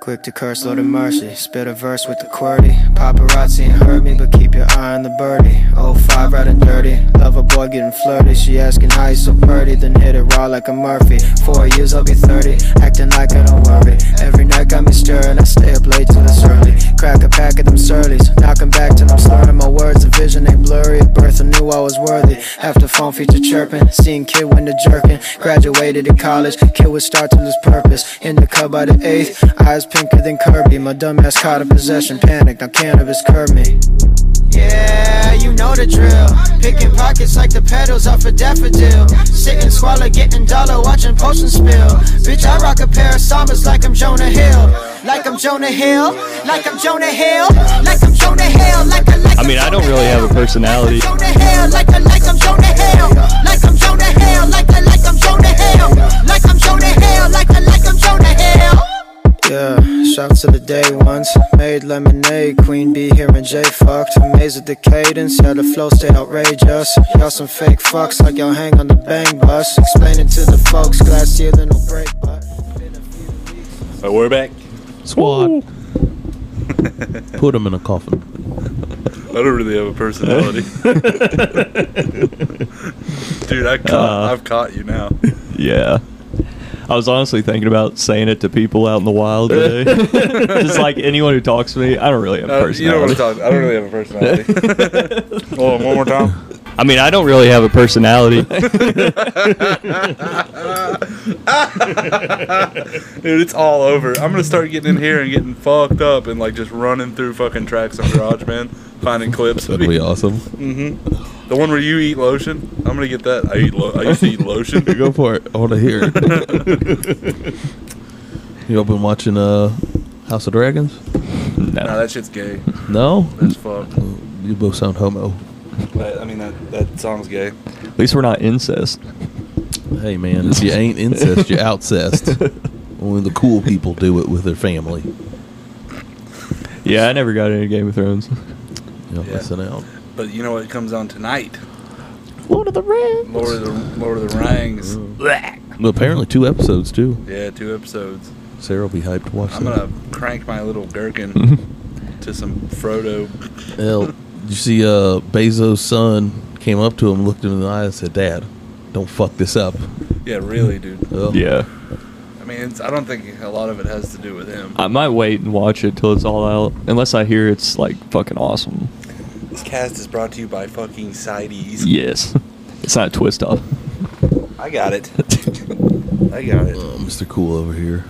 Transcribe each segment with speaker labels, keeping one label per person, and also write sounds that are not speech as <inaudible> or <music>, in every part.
Speaker 1: Quick to curse, Lord of mercy. Spit a verse with the QWERTY. Paparazzi ain't hurt me, but keep your eye on the birdie. Oh, 05 out and dirty. Love a boy getting flirty. She asking how you so pretty, then hit it raw like a Murphy. Four years, I'll be 30. Acting like I don't worry. Every night got me stirring. I stay up late till it's early. Crack a pack of them surlies. Knocking back till I'm slurring my words. The vision ain't blurry. At birth, I knew I was worthy. After phone feature chirping. Seen kid when the jerkin. Graduated to college. Kid would start till his purpose. In the club by the eighth. Eyes pinker than Kirby. My dumb ass caught in possession. Panicked. Now cannabis curb me. Yeah, you know the drill. Picking pockets like the petals off a daffodil. Sitting, swallow, getting dollar, watching potions spill. Bitch, I rock a pair of summers like I'm Jonah Hill. Like I'm Jonah Hill. Like I'm Jonah Hill. Like I'm Jonah Hill. Like I like
Speaker 2: I mean, I don't really have a personality.
Speaker 1: Jonah Hill. Like I like I'm Jonah Hill. Like I'm Jonah Hill. Like I like I'm Jonah Hill. Like I'm Jonah Hill. Like I like I'm Jonah Hill. Yeah, shout to the day ones. Made lemonade, Queen B here and J fucked. Amazed at the cadence, yeah, the flow stay outrageous. Y'all some fake fucks, like y'all hang on the bang bus. Explain it to the folks, glass here, then no break, but.
Speaker 2: But we're back.
Speaker 3: Squad. Put him in a coffin.
Speaker 4: I don't really have a personality. Dude, I caught, I've caught you now.
Speaker 2: Yeah. I was honestly thinking about saying it to people out in the wild today. Just like anyone who talks to me, I don't really have a
Speaker 4: Uh, you know what
Speaker 2: personality.
Speaker 4: I'm talking. I don't really have a personality. Hold on, one more time.
Speaker 2: I mean, I don't really have a personality.
Speaker 4: Dude, it's all over. I'm gonna start getting in here and getting fucked up and like just running through fucking tracks on GarageBand, finding clips.
Speaker 3: That'd be awesome.
Speaker 4: The one where you eat lotion. I'm gonna get that. I eat. Lo- I used to eat lotion.
Speaker 3: <laughs> Go for it. I want to hear it. <laughs> you all been watching uh, House of Dragons?
Speaker 4: <laughs> Nah,
Speaker 2: no.
Speaker 4: that shit's gay.
Speaker 3: No?
Speaker 4: That's fuck.
Speaker 3: You both sound homo.
Speaker 4: But, I mean, that that song's gay.
Speaker 2: At least we're not incest.
Speaker 3: Hey, man, if you ain't incest, you're <laughs> outcest. Only the cool people do it with their family.
Speaker 2: <laughs> Yeah, I never got into Game of Thrones. <laughs>
Speaker 3: You know,
Speaker 4: Yeah.
Speaker 3: listen out.
Speaker 4: But you know what comes on tonight?
Speaker 2: Lord of the Rings.
Speaker 4: Lord of the Lord of the Rings.
Speaker 3: Well, apparently, two episodes, too.
Speaker 4: Yeah, two episodes.
Speaker 3: Sarah will be hyped to watch
Speaker 4: I'm
Speaker 3: that.
Speaker 4: gonna crank my
Speaker 2: <laughs>
Speaker 4: little gherkin to some Frodo.
Speaker 3: Hell, you see, uh, Bezos' son came up to him, looked him in the eye, and said, Dad, don't fuck this up.
Speaker 4: Yeah, really, dude.
Speaker 3: Well,
Speaker 2: Yeah.
Speaker 4: I mean, it's, I don't think a lot of it has to do with him.
Speaker 2: I might wait and watch it till it's all out, unless I hear it's like fucking awesome.
Speaker 4: This cast is brought to you by fucking Sides.
Speaker 2: Yes. <laughs> It's not a twist off.
Speaker 4: I
Speaker 2: <laughs>
Speaker 4: got it. I got it.
Speaker 3: uh, Mr. Cool over here.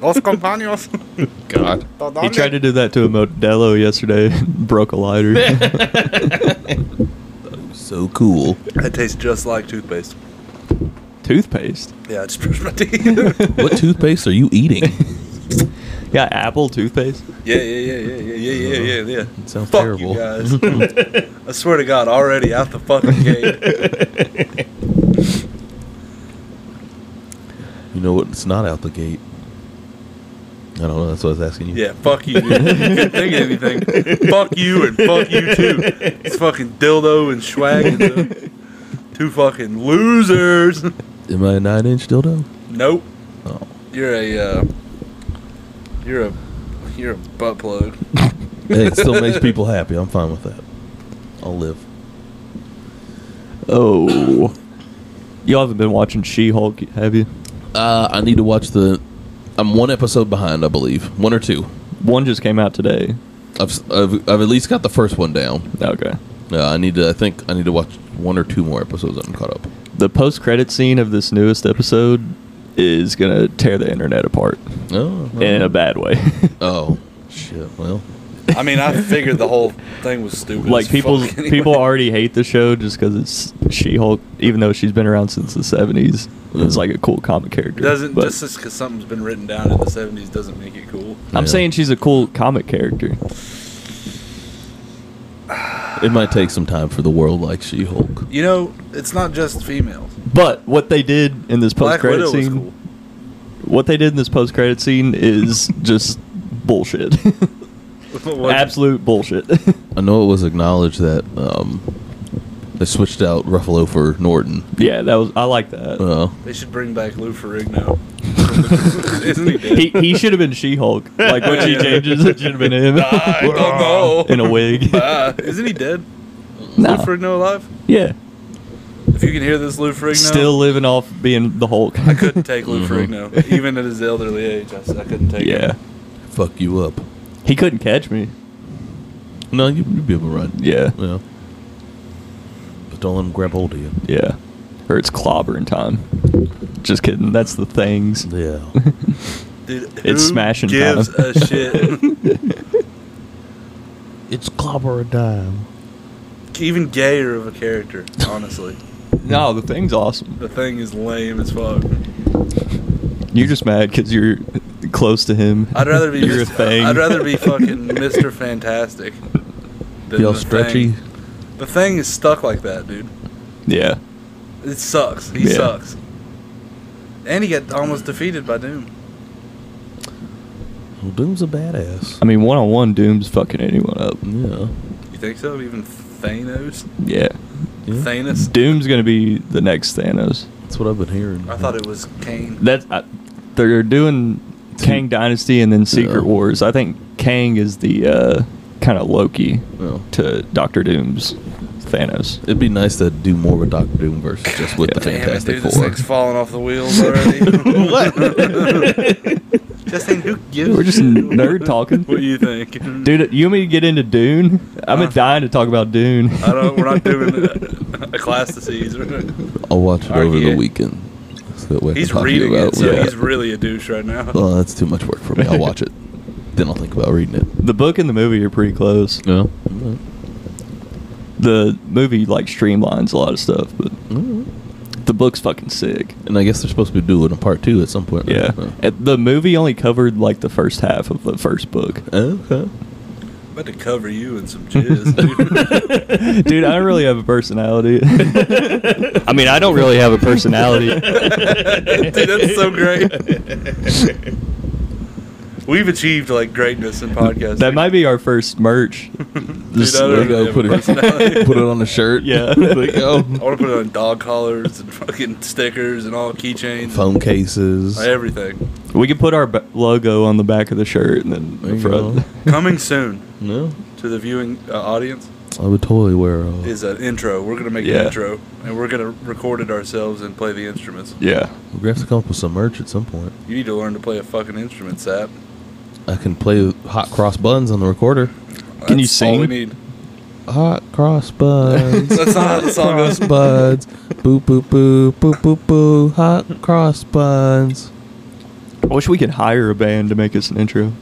Speaker 4: Los compañeros. <laughs>
Speaker 3: God.
Speaker 2: He tried to do that to a Modelo yesterday, <laughs> broke a lighter.
Speaker 4: <laughs>
Speaker 3: So cool.
Speaker 4: That tastes just like toothpaste.
Speaker 2: toothpaste.
Speaker 4: Yeah, I just brushed my teeth. <laughs>
Speaker 3: what toothpaste are you eating?
Speaker 2: Yeah, apple
Speaker 4: <laughs>
Speaker 2: toothpaste.
Speaker 4: yeah, yeah, yeah, yeah, yeah, yeah, yeah, yeah, yeah.
Speaker 3: It sounds
Speaker 4: Fuck
Speaker 3: terrible.
Speaker 4: you guys. <laughs> I swear to God, already out the fucking gate.
Speaker 3: You know what? It's not out the gate. I don't know. That's what I was asking you.
Speaker 4: Yeah, fuck you. Dude. You couldn't think of anything. Fuck you and fuck you too. It's fucking dildo and swag and stuff. Two fucking losers.
Speaker 3: Am I a nine inch dildo?
Speaker 4: Nope.
Speaker 3: Oh.
Speaker 4: You're a uh, you're a you're a butt plug.
Speaker 3: Hey, it still makes people happy. I'm fine with that. I'll live.
Speaker 2: Oh. you haven't been watching She Hulk, have you?
Speaker 3: Uh, I need to watch the. I'm one episode behind, I believe. One or two.
Speaker 2: One just came out today.
Speaker 3: I've, s- I've, I've at least got the first one down.
Speaker 2: Okay.
Speaker 3: Uh, I need to. I think I need to watch one or two more episodes. I'm caught up.
Speaker 2: The post credit scene of this newest episode is going to tear the internet apart
Speaker 3: Oh.
Speaker 2: in a bad
Speaker 4: <laughs>
Speaker 2: way.
Speaker 3: Oh shit. Well.
Speaker 4: I mean, I figured the whole thing was stupid.
Speaker 2: like
Speaker 4: as
Speaker 2: people
Speaker 4: fuck anyway.
Speaker 2: people already hate the show just cuz it's She Hulk even though she's been around since the 70s. It's like a cool comic character.
Speaker 4: Hmm. doesn't
Speaker 2: but-
Speaker 4: just because something's been written down in the '70s doesn't make it cool.
Speaker 2: I'm
Speaker 3: Yeah.
Speaker 2: saying she's a cool comic character.
Speaker 3: It might take some time for the world like She-Hulk.
Speaker 4: You know, it's not just females.
Speaker 2: But what they did in this post
Speaker 4: Black
Speaker 2: credit
Speaker 4: Widow was
Speaker 2: scene
Speaker 4: cool.
Speaker 2: what they did in this post credit scene
Speaker 4: <laughs>
Speaker 2: is just bullshit.
Speaker 4: What-
Speaker 2: Absolute bullshit. <laughs>
Speaker 3: I know it was acknowledged that um, they switched out Ruffalo for Norton.
Speaker 2: yeah, that was I like that.
Speaker 3: Uh,
Speaker 2: <laughs>
Speaker 4: They should bring back Lou Ferrigno. Isn't he dead?
Speaker 2: He, he should have been She Hulk. Like when she changes, it should have been him.
Speaker 4: <laughs> I
Speaker 2: <laughs>
Speaker 4: don't know.
Speaker 2: In a
Speaker 4: <laughs>
Speaker 2: wig.
Speaker 4: Ah, isn't he dead?
Speaker 2: No.
Speaker 4: Lou Ferrigno alive?
Speaker 2: Yeah.
Speaker 4: If you can hear this, Lou Ferrigno.
Speaker 2: Still living off being the Hulk.
Speaker 4: I couldn't
Speaker 2: <laughs>
Speaker 4: take Lou Ferrigno, even at his elderly age. I, s- I couldn't take
Speaker 2: yeah.
Speaker 4: him.
Speaker 3: Fuck you up.
Speaker 2: He couldn't catch me.
Speaker 3: No, you, you'd be able to run.
Speaker 2: Yeah.
Speaker 3: Yeah. But don't let him grab hold of you.
Speaker 2: Yeah. Or it's clobbering time. Just kidding. That's the things.
Speaker 3: <laughs> Yeah.
Speaker 4: Dude, who
Speaker 2: It's smashing
Speaker 4: gives
Speaker 2: time. <laughs>
Speaker 4: a shit?
Speaker 3: it's clobber a dime.
Speaker 4: even gayer of a character, honestly.
Speaker 2: No, the thing's awesome.
Speaker 4: The thing is lame as fuck.
Speaker 2: You're just mad because you're close to him.
Speaker 4: I'd rather be
Speaker 2: You're
Speaker 4: <laughs> Mr.
Speaker 2: a thing.
Speaker 4: I'd rather
Speaker 2: <laughs>
Speaker 4: be fucking Mr. Fantastic. than
Speaker 3: Be all
Speaker 4: the
Speaker 3: stretchy.
Speaker 4: Thing. The thing is stuck like that, dude.
Speaker 2: Yeah.
Speaker 4: It sucks. He
Speaker 2: Yeah.
Speaker 4: sucks. And he got almost defeated by Doom.
Speaker 3: Well, Doom's a badass.
Speaker 2: I mean, one on one, Doom's fucking anyone up.
Speaker 3: Yeah.
Speaker 4: You think so? Even Thanos?
Speaker 2: Yeah. Hmm?
Speaker 3: yeah.
Speaker 4: Thanos?
Speaker 2: Doom's going to be the next Thanos.
Speaker 3: That's what I've been hearing.
Speaker 4: I thought it was Kane.
Speaker 2: That's I, they're doing Kang Dynasty and then Secret
Speaker 3: Yeah.
Speaker 2: Wars. I think Kang is the uh, kind of Loki
Speaker 3: Yeah.
Speaker 2: to Doctor Doom's Thanos.
Speaker 3: It'd be nice to do more with Doctor Doom versus just with the
Speaker 2: Yeah.
Speaker 4: Damn it,
Speaker 3: Fantastic
Speaker 4: dude, this
Speaker 3: Four.
Speaker 4: thing's falling off
Speaker 2: <laughs>
Speaker 4: the wheels <laughs> already. <laughs> Justin, who gives
Speaker 2: We're just
Speaker 4: a-
Speaker 2: nerd talking.
Speaker 4: What do you think?
Speaker 2: Dude, you want me to get into Dune? I've been
Speaker 4: Uh.
Speaker 2: dying to talk about Dune.
Speaker 4: I don't,
Speaker 2: <laughs>
Speaker 4: we're not doing a, a class this season.
Speaker 3: I'll watch it
Speaker 4: Alright,
Speaker 3: over
Speaker 4: yeah.
Speaker 3: the weekend. So that way I can
Speaker 4: He's
Speaker 3: talk to you
Speaker 4: reading
Speaker 3: about
Speaker 4: it, so
Speaker 2: yeah.
Speaker 4: he's really a douche right now.
Speaker 3: Well, that's too much work for me. I'll
Speaker 4: <laughs>
Speaker 3: watch it. then I'll think about reading it.
Speaker 2: the book and the movie are pretty close.
Speaker 3: Yeah.
Speaker 2: The movie like streamlines a lot of stuff, but the book's fucking sick.
Speaker 3: And I guess they're supposed to be doing a part two at some point. right?
Speaker 2: Yeah. And The movie only covered like the first half of the first book.
Speaker 3: Uh,
Speaker 4: <laughs>
Speaker 3: Okay.
Speaker 4: about to cover you in some jizz, dude.
Speaker 2: <laughs> Dude, I don't really have a personality. I mean, I don't really have a personality.
Speaker 4: <laughs> Dude, that's so great. <laughs>
Speaker 2: <laughs>
Speaker 4: We've achieved like greatness in podcasting.
Speaker 2: That
Speaker 4: <laughs>
Speaker 2: might be our first merch. This-
Speaker 4: I
Speaker 3: There
Speaker 4: don't
Speaker 3: you go.
Speaker 4: have
Speaker 3: Put
Speaker 4: a personality.
Speaker 3: it, <laughs> put
Speaker 4: <laughs>
Speaker 3: it on a shirt.
Speaker 2: Yeah.
Speaker 3: <laughs> there you go.
Speaker 4: I want to put it on dog collars and fucking stickers and all keychains,
Speaker 3: Phone cases.
Speaker 4: everything.
Speaker 2: we could put our ba- logo on the back of the shirt and then
Speaker 3: There
Speaker 2: the
Speaker 3: you
Speaker 2: front.
Speaker 3: go.
Speaker 4: Coming soon
Speaker 3: No.
Speaker 4: to the viewing uh, audience
Speaker 3: I would totally wear uh, a.
Speaker 4: is an intro. We're gonna make
Speaker 2: Yeah.
Speaker 4: an intro, and we're gonna record it ourselves and play the instruments.
Speaker 2: <laughs> Yeah.
Speaker 3: We're gonna have to come up with some merch at some point.
Speaker 4: You need to learn to play a fucking instrument, Sap.
Speaker 3: I can play hot cross buns on the recorder.
Speaker 2: Can you
Speaker 4: That's all we
Speaker 2: sing?
Speaker 4: need.
Speaker 3: Hot cross buns.
Speaker 4: That's not how the song
Speaker 3: cross
Speaker 4: goes.
Speaker 3: buns. Boop boop boop boop boop boop. Hot cross buns.
Speaker 2: I wish we could hire a band to make us an intro.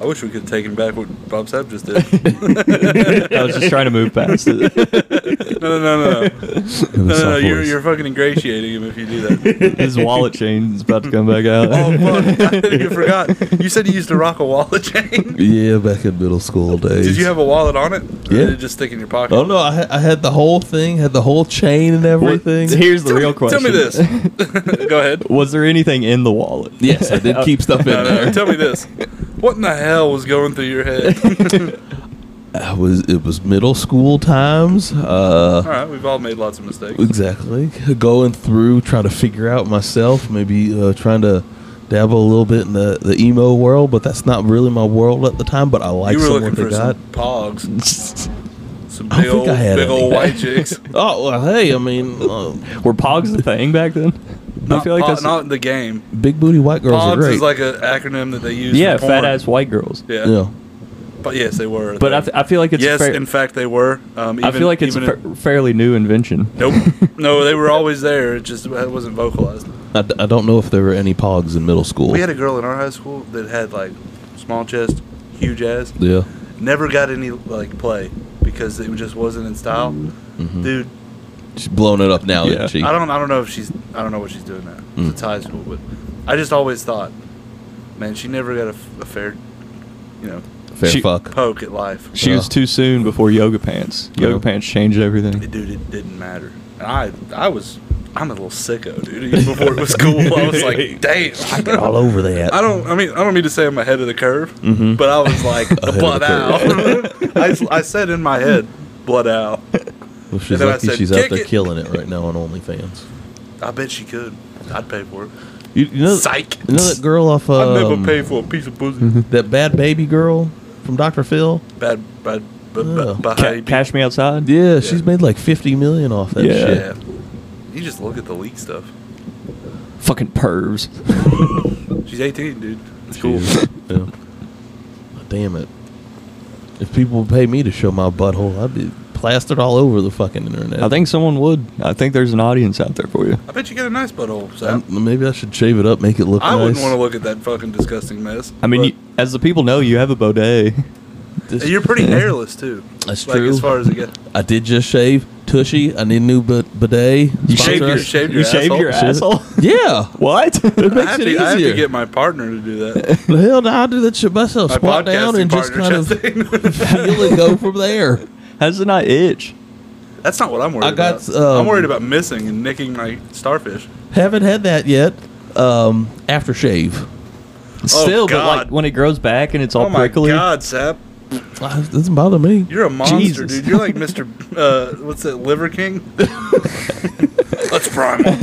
Speaker 4: I wish we could have taken back what Bob Sap just did.
Speaker 3: <laughs>
Speaker 2: I was just trying to move past it. <laughs>
Speaker 4: No, no,
Speaker 3: <laughs>
Speaker 4: no, no. No, no, no. You're,
Speaker 3: voice.
Speaker 4: you're fucking ingratiating him if you do that.
Speaker 2: His wallet chain is about to come back out.
Speaker 4: Oh,
Speaker 2: <laughs>
Speaker 4: fuck. <laughs> I think you forgot. You said you used to rock a wallet <laughs> chain.
Speaker 3: Yeah, back in middle school days.
Speaker 4: Did you have a wallet on it? Or
Speaker 3: Yeah.
Speaker 4: did it just stick in your pocket?
Speaker 3: Oh no, I, ha- I had the whole thing, had the whole chain and
Speaker 2: Well,
Speaker 3: everything.
Speaker 2: Here's the
Speaker 4: Tell
Speaker 2: real
Speaker 4: me- tell
Speaker 2: question.
Speaker 4: me
Speaker 3: <laughs>
Speaker 4: this. Go ahead.
Speaker 2: <laughs> Was there anything in the wallet?
Speaker 3: Yes, I did
Speaker 2: <laughs>
Speaker 3: keep stuff
Speaker 4: <laughs>
Speaker 3: in
Speaker 4: No, no,
Speaker 3: there.
Speaker 4: no. Tell me this. What in the hell was going through your
Speaker 3: <laughs>
Speaker 4: head?
Speaker 3: I was it was middle school times.
Speaker 4: All
Speaker 3: Uh,
Speaker 4: right, we've all made lots of mistakes.
Speaker 3: exactly. Going through trying to figure out myself, maybe uh, trying to dabble a little bit in the, the emo world, but that's not really my world at the time. But I like
Speaker 4: you were
Speaker 3: someone
Speaker 4: looking for
Speaker 3: they got.
Speaker 4: some
Speaker 3: <laughs>
Speaker 4: pogs. Some
Speaker 3: I
Speaker 4: big
Speaker 3: don't
Speaker 4: old,
Speaker 3: think I had
Speaker 4: big
Speaker 3: any.
Speaker 4: old white
Speaker 3: <laughs>
Speaker 4: chicks.
Speaker 3: Oh well, hey, I mean, uh,
Speaker 2: Were Pogs the thing back then?
Speaker 4: Not, po- not the game.
Speaker 3: big booty white girls are
Speaker 4: Pogs
Speaker 3: great.
Speaker 4: is like an acronym that they use.
Speaker 2: yeah,
Speaker 4: for porn.
Speaker 2: fat ass white girls.
Speaker 4: Yeah.
Speaker 3: yeah,
Speaker 4: but yes, they were.
Speaker 2: But I, th- I feel like it's
Speaker 4: yes,
Speaker 2: fair-
Speaker 4: in fact, they were. Um, even,
Speaker 2: I feel like it's a
Speaker 4: even
Speaker 2: fa- fairly new invention. <laughs>
Speaker 4: Nope. No, they were always there. It just it wasn't vocalized.
Speaker 3: I, d- I don't know if there were any pogs in middle school.
Speaker 4: We had a girl in our high school that had like small chest, huge ass.
Speaker 3: yeah,
Speaker 4: Never got any like play because it just wasn't in style. Dude,
Speaker 3: she's blowing it up now,
Speaker 2: Yeah.
Speaker 3: isn't Mm-hmm. she?
Speaker 4: I don't I don't know if she's I don't know what she's doing now.
Speaker 3: Mm.
Speaker 4: It's high school, but I just always thought, man, she never got a, f- a fair, you know,
Speaker 3: Fair
Speaker 2: She-
Speaker 3: fuck.
Speaker 4: poke at life.
Speaker 2: She was
Speaker 3: Oh.
Speaker 2: too soon before yoga pants. Yoga
Speaker 3: Oh.
Speaker 2: pants changed everything.
Speaker 4: Dude, it didn't matter. And I I was I'm a little sicko, dude. Even before it was cool, I was
Speaker 3: <laughs>
Speaker 4: like, damn.
Speaker 3: all over that.
Speaker 4: I don't. I mean, I don't mean to say I'm ahead of the curve,
Speaker 3: Mhm.
Speaker 4: but I was
Speaker 3: <laughs>
Speaker 4: like,
Speaker 3: of
Speaker 4: blood
Speaker 3: the <laughs>
Speaker 4: out. I, s- I said in my head, blood out.
Speaker 3: Well, she's
Speaker 4: And then I
Speaker 3: lucky
Speaker 4: said,
Speaker 3: she's out
Speaker 4: "Kick
Speaker 3: there
Speaker 4: it."
Speaker 3: killing it right now on OnlyFans.
Speaker 4: I bet she could. I'd pay for it.
Speaker 3: You, you know,
Speaker 4: Psych.
Speaker 3: you know that girl off um, mm-hmm.
Speaker 4: I never pay for a piece of pussy.
Speaker 3: that bad baby girl from Dr. Phil.
Speaker 4: Bad, bad, bad,
Speaker 3: Yeah.
Speaker 4: bad,
Speaker 2: Ca-
Speaker 4: bad.
Speaker 2: cash me outside.
Speaker 3: Yeah, she's made like fifty million off that
Speaker 2: Yeah.
Speaker 3: shit.
Speaker 4: Yeah. You just look at the leak stuff.
Speaker 2: Fucking pervs.
Speaker 4: She's 18, dude. It's cool.
Speaker 3: Yeah. Damn it! If people would pay me to show my butthole, I'd be plastered all over the fucking
Speaker 2: <laughs>
Speaker 3: internet.
Speaker 2: I think someone would. I think there's an audience out there for you.
Speaker 4: I bet you get a nice butthole, Sam.
Speaker 3: I'm- maybe I should shave it up, make it look
Speaker 4: I
Speaker 3: nice.
Speaker 4: wouldn't want to look at that fucking disgusting mess.
Speaker 2: I mean,
Speaker 4: but-
Speaker 2: you, as the people know, you have a bidet.
Speaker 3: This-
Speaker 4: And you're pretty hairless too.
Speaker 3: That's
Speaker 4: like,
Speaker 3: true.
Speaker 4: As far as it gets,
Speaker 3: I did just shave Tushy. I need a new b- bidet.
Speaker 2: You
Speaker 3: Sponsor
Speaker 4: shaved your,
Speaker 3: us.
Speaker 4: shaved
Speaker 2: You
Speaker 4: your
Speaker 2: shaved
Speaker 4: asshole?
Speaker 2: your asshole.
Speaker 3: Yeah.
Speaker 2: <laughs> what?
Speaker 4: I
Speaker 3: makes
Speaker 4: have,
Speaker 3: it
Speaker 4: to, I have
Speaker 3: easier.
Speaker 4: to get my partner to do
Speaker 3: <laughs>
Speaker 4: that.
Speaker 3: The hell, no, I do that shit myself.
Speaker 4: My
Speaker 3: Squat down
Speaker 4: podcasting
Speaker 3: and just kind
Speaker 4: partner,
Speaker 3: of
Speaker 4: Justin. <laughs>
Speaker 3: feel it go from there.
Speaker 2: How does it not itch?
Speaker 4: That's not what I'm worried
Speaker 3: I got,
Speaker 4: about.
Speaker 3: um,
Speaker 4: I'm worried about missing and nicking my starfish.
Speaker 3: Haven't had that yet. Um, aftershave.
Speaker 2: Still, but like
Speaker 4: Oh, God.
Speaker 2: when it grows back and it's all
Speaker 4: oh my
Speaker 2: prickly.
Speaker 4: god, Sap.
Speaker 3: Ah, It doesn't bother me.
Speaker 4: You're a monster,
Speaker 2: Jesus.
Speaker 4: dude. You're like Mr. Uh, what's that, Liver
Speaker 3: <laughs>
Speaker 4: King? That's primal.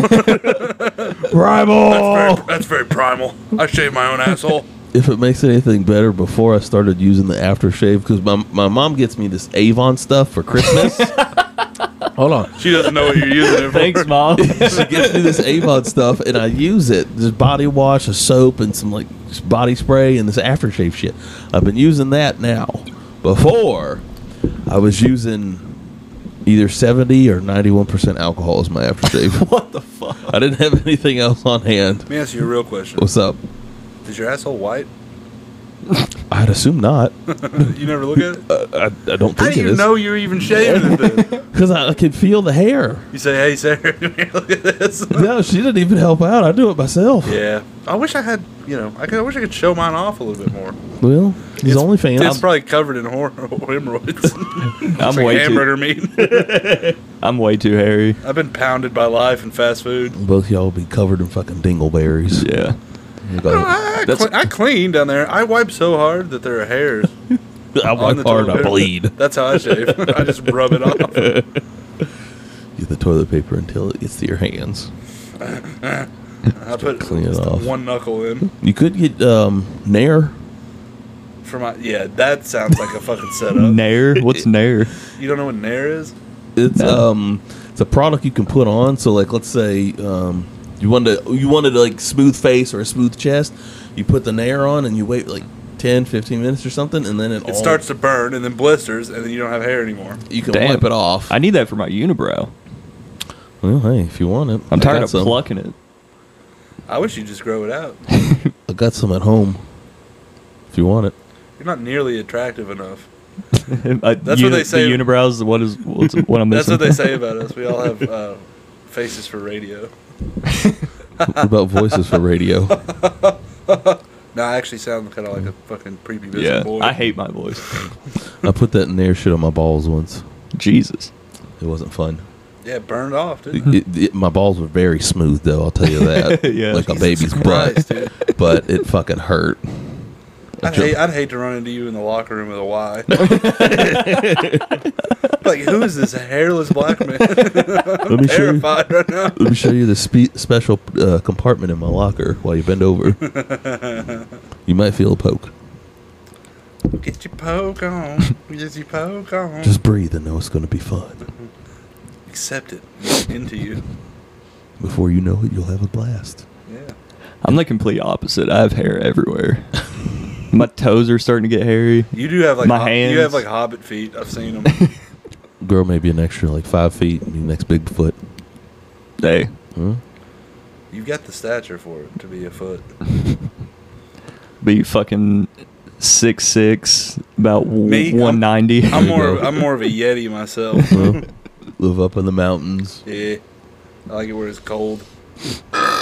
Speaker 3: Primal.
Speaker 4: Very- that's very primal. I shave my own asshole.
Speaker 3: If it makes it anything better, before I started using the aftershave, because my, my mom gets me this Avon stuff for Christmas.
Speaker 4: <laughs>
Speaker 3: Hold on.
Speaker 4: She doesn't know what you're using it for. <laughs>
Speaker 2: Thanks, mom.
Speaker 3: she gives me this Avon stuff, and I use it. There's body wash, a soap, and some like body spray, and this aftershave shit. I've been using that now. Before, I was using either 70 or 91% alcohol as my
Speaker 4: <laughs>
Speaker 3: aftershave.
Speaker 2: <laughs> what the fuck?
Speaker 3: I didn't have anything else on hand.
Speaker 4: Let me ask you a real question.
Speaker 3: What's up?
Speaker 4: Is your asshole white? <laughs>
Speaker 3: I'd assume not.
Speaker 4: You never look at it?
Speaker 3: Uh, I, I don't
Speaker 4: How
Speaker 3: think
Speaker 4: do
Speaker 3: it
Speaker 4: you
Speaker 3: is.
Speaker 4: know you're even shaving it
Speaker 3: <laughs>
Speaker 4: then?
Speaker 3: Because I, I can feel the hair.
Speaker 4: You say, hey, Sarah, <laughs> look at this.
Speaker 3: <laughs> No, she didn't even help out. I do it myself.
Speaker 4: Yeah. I wish I had, you know, I, could, I wish I could show mine off a little bit more.
Speaker 3: Well, he's only
Speaker 4: It's
Speaker 3: fans.
Speaker 4: probably covered in hor- <laughs>
Speaker 3: <laughs>
Speaker 4: hemorrhoids.
Speaker 2: I'm
Speaker 4: It's like
Speaker 2: way too.
Speaker 4: hamburger meat. <laughs>
Speaker 2: I'm way too hairy.
Speaker 4: I've been pounded by life and fast food.
Speaker 3: Both y'all will be covered in fucking dingleberries.
Speaker 2: Yeah.
Speaker 3: You
Speaker 4: No,
Speaker 3: go-
Speaker 4: I,
Speaker 3: <laughs>
Speaker 4: I,
Speaker 3: Uh, That's-
Speaker 4: cle- I clean down there. I wipe so hard that there are
Speaker 3: <laughs>
Speaker 4: hairs.
Speaker 3: I
Speaker 4: on
Speaker 3: wipe
Speaker 4: the
Speaker 3: hard, Oh I
Speaker 4: toilet. <laughs>
Speaker 3: bleed.
Speaker 4: That's how I shave. I just rub it
Speaker 3: <laughs>
Speaker 4: off.
Speaker 3: Get the toilet paper until it gets to your hands.
Speaker 4: I put
Speaker 3: Clean it off.
Speaker 4: one knuckle in
Speaker 3: You could get um, Nair.
Speaker 4: for my. Yeah, that sounds like a fucking
Speaker 3: <laughs>
Speaker 4: setup.
Speaker 2: Nair?
Speaker 4: <laughs>
Speaker 2: What's Nair?
Speaker 4: You don't know what nair is?
Speaker 3: It's um, it's a product you can put on. So like, let's say um, you wanted to, you wanted like smooth face or a smooth chest. You put the Nair on and you wait like 10, 15 minutes or something, and then it, all,
Speaker 4: It starts to burn and then blisters, and then you don't have hair anymore.
Speaker 3: You can
Speaker 2: Damn.
Speaker 3: wipe it off.
Speaker 2: I need that for my unibrow.
Speaker 3: well, hey, if you want it,
Speaker 2: I'm
Speaker 3: I
Speaker 2: tired
Speaker 3: got
Speaker 2: of
Speaker 3: some.
Speaker 2: plucking it.
Speaker 4: I wish you'd just grow it out.
Speaker 3: I got some at home. If you want it,
Speaker 4: You're not nearly attractive enough.
Speaker 2: <laughs> That's
Speaker 4: what they say.
Speaker 2: The unibrows. the- What is what's, what I'm
Speaker 4: <laughs> That's
Speaker 2: missing.
Speaker 4: what they say about us. We all
Speaker 3: <laughs>
Speaker 4: have uh, faces for radio.
Speaker 3: what about voices for <laughs> radio?
Speaker 4: No, I actually sound kind of like a fucking
Speaker 2: <laughs>
Speaker 4: prepubescent
Speaker 2: yeah,
Speaker 4: boy.
Speaker 2: I hate my voice.
Speaker 3: I put that Nair shit on my balls once.
Speaker 2: Jesus. <laughs>
Speaker 3: It wasn't fun.
Speaker 4: Yeah, it burned off, dude.
Speaker 3: It, it, it- my balls were very smooth, though. I'll <laughs> tell you that.
Speaker 2: Yeah.
Speaker 3: like a
Speaker 4: Jesus
Speaker 3: baby's
Speaker 4: Christ,
Speaker 3: butt, <laughs>
Speaker 4: dude.
Speaker 3: but it fucking hurt.
Speaker 4: I'd hate, I'd hate to run into you in the locker room with a Y. <laughs> like, who is this hairless black man? I'm <laughs>
Speaker 3: Let me show you.
Speaker 4: terrified right now.
Speaker 3: Let me show you the spe- special uh, compartment in my locker while you bend <laughs> over. you might feel a poke.
Speaker 4: Get your poke on. Get your poke on.
Speaker 3: Just breathe and know it's going to be fun.
Speaker 4: accept it into you.
Speaker 3: Before you know it, you'll have a blast.
Speaker 4: Yeah.
Speaker 2: I'm the complete opposite. I have hair everywhere. <laughs> my toes are starting to get hairy.
Speaker 4: You do have like
Speaker 2: My
Speaker 4: hob-
Speaker 2: hands.
Speaker 4: You have like hobbit feet. I've
Speaker 2: <laughs>
Speaker 4: seen them.
Speaker 3: Grow maybe an extra like five feet, and be the next Bigfoot.
Speaker 2: Hey,
Speaker 3: Huh?
Speaker 4: You've got the stature for it to be a foot.
Speaker 2: be fucking six six, about
Speaker 4: Me? I'm-
Speaker 2: one ninety.
Speaker 4: I'm
Speaker 3: There you
Speaker 4: more.
Speaker 3: go.
Speaker 4: I'm more of a yeti myself.
Speaker 2: Uh-huh.
Speaker 3: Well, live up in the mountains.
Speaker 4: yeah. I like it where it's cold.
Speaker 2: <laughs>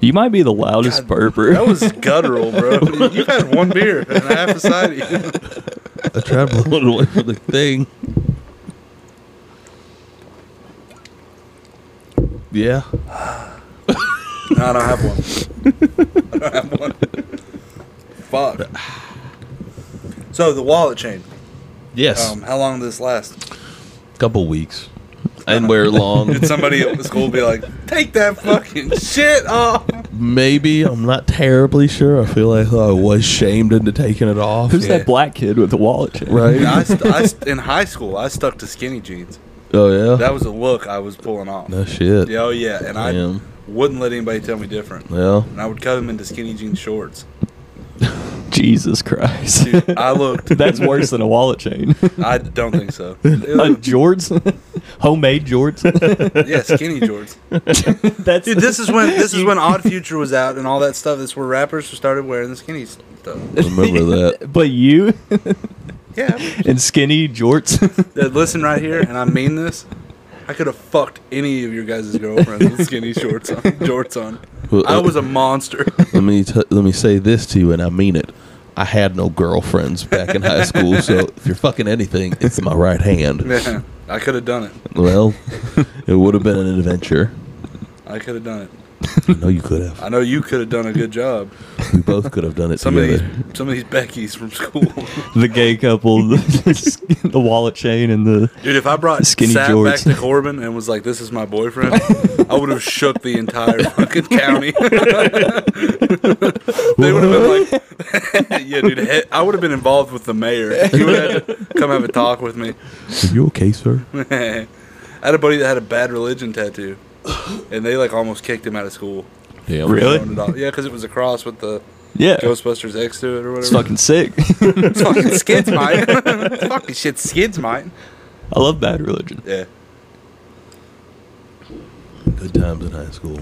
Speaker 2: You might be the loudest
Speaker 4: God,
Speaker 2: burper.
Speaker 4: That was guttural, bro. You've had one beer and half a side
Speaker 2: <laughs>
Speaker 4: of you.
Speaker 3: I tried <laughs> blowing away from the thing. Yeah.
Speaker 4: No, I don't have one. I don't have one. Fuck. So the wallet chain.
Speaker 3: Yes.
Speaker 4: Um, how long does this last?
Speaker 3: couple weeks. and
Speaker 4: <laughs>
Speaker 3: wear long.
Speaker 4: Did somebody at school be like, take that fucking
Speaker 2: <laughs>
Speaker 4: shit off?
Speaker 3: Maybe I'm not terribly sure. I feel like I was shamed into taking it
Speaker 2: <laughs>
Speaker 3: off.
Speaker 2: Who's
Speaker 4: Yeah.
Speaker 2: that black kid with the wallet chain?
Speaker 4: Dude, I,
Speaker 3: Right?
Speaker 4: st- I st- in high school, I stuck to skinny jeans.
Speaker 3: Oh yeah.
Speaker 4: That was a look I was pulling off.
Speaker 3: No shit.
Speaker 4: Yeah, oh yeah, and I
Speaker 3: Damn.
Speaker 4: wouldn't let anybody tell me different.
Speaker 3: Well,
Speaker 4: And I would cut them into skinny jean shorts.
Speaker 2: Jesus Christ.
Speaker 4: Dude,
Speaker 3: <laughs>
Speaker 4: I looked.
Speaker 2: <laughs> That's worse than a wallet chain.
Speaker 4: I don't think
Speaker 3: <laughs>
Speaker 4: so.
Speaker 2: <laughs> Uh, jorts, homemade jorts. <laughs>
Speaker 4: yeah, skinny jorts.
Speaker 2: That's
Speaker 4: Dude, this is when this
Speaker 3: <laughs>
Speaker 4: is when Odd Future was out and all that stuff. That's where rappers started wearing the skinny stuff. <laughs>
Speaker 3: remember that.
Speaker 2: But you <laughs>
Speaker 4: Yeah,
Speaker 2: and skinny jorts. <laughs>
Speaker 4: Uh, listen right here, and I mean this. I could have fucked any of your guys' girlfriends with skinny shorts on, jorts on.
Speaker 3: Well,
Speaker 4: I
Speaker 3: uh,
Speaker 4: was a
Speaker 3: <laughs>
Speaker 4: monster.
Speaker 3: Let me t- let me say this to you, and I mean it. I had no girlfriends back in high school, so
Speaker 4: <laughs>
Speaker 3: if you're fucking anything, it's my right hand.
Speaker 4: Man, I could have done it.
Speaker 3: <laughs> Well, it would have been an adventure.
Speaker 4: I could have done it.
Speaker 3: I know you could have.
Speaker 4: I know you could have done a good job.
Speaker 3: We both could have done it
Speaker 4: Some of these,
Speaker 3: together.
Speaker 4: some of these Beckys from school,
Speaker 2: the gay couple, the, <laughs> the wallet chain, and the
Speaker 4: <laughs> dude. If I brought
Speaker 2: Skinny
Speaker 4: Sat back
Speaker 2: jorts.
Speaker 4: to Corbin and was like, "This is my boyfriend," I would have shook the entire <laughs> fucking county. they would have been like, <laughs> "Yeah, dude." he- I would have been involved with the mayor. He would have had to come have a talk with me. <laughs>
Speaker 3: Are you okay, sir?
Speaker 4: I had a buddy that had a bad religion tattoo, and they like almost kicked him out of school.
Speaker 3: Yeah.
Speaker 2: Really?
Speaker 4: Throwing it off. Yeah, because it was a cross with the
Speaker 2: yeah,
Speaker 4: Ghostbusters X to it or
Speaker 2: it's
Speaker 4: whatever.
Speaker 2: fucking sick.
Speaker 4: <laughs>
Speaker 2: <laughs>
Speaker 4: It's fucking skids, mate. <laughs> fucking shit, skids, mate.
Speaker 2: I love bad religion.
Speaker 4: Yeah,
Speaker 3: Good times in high school.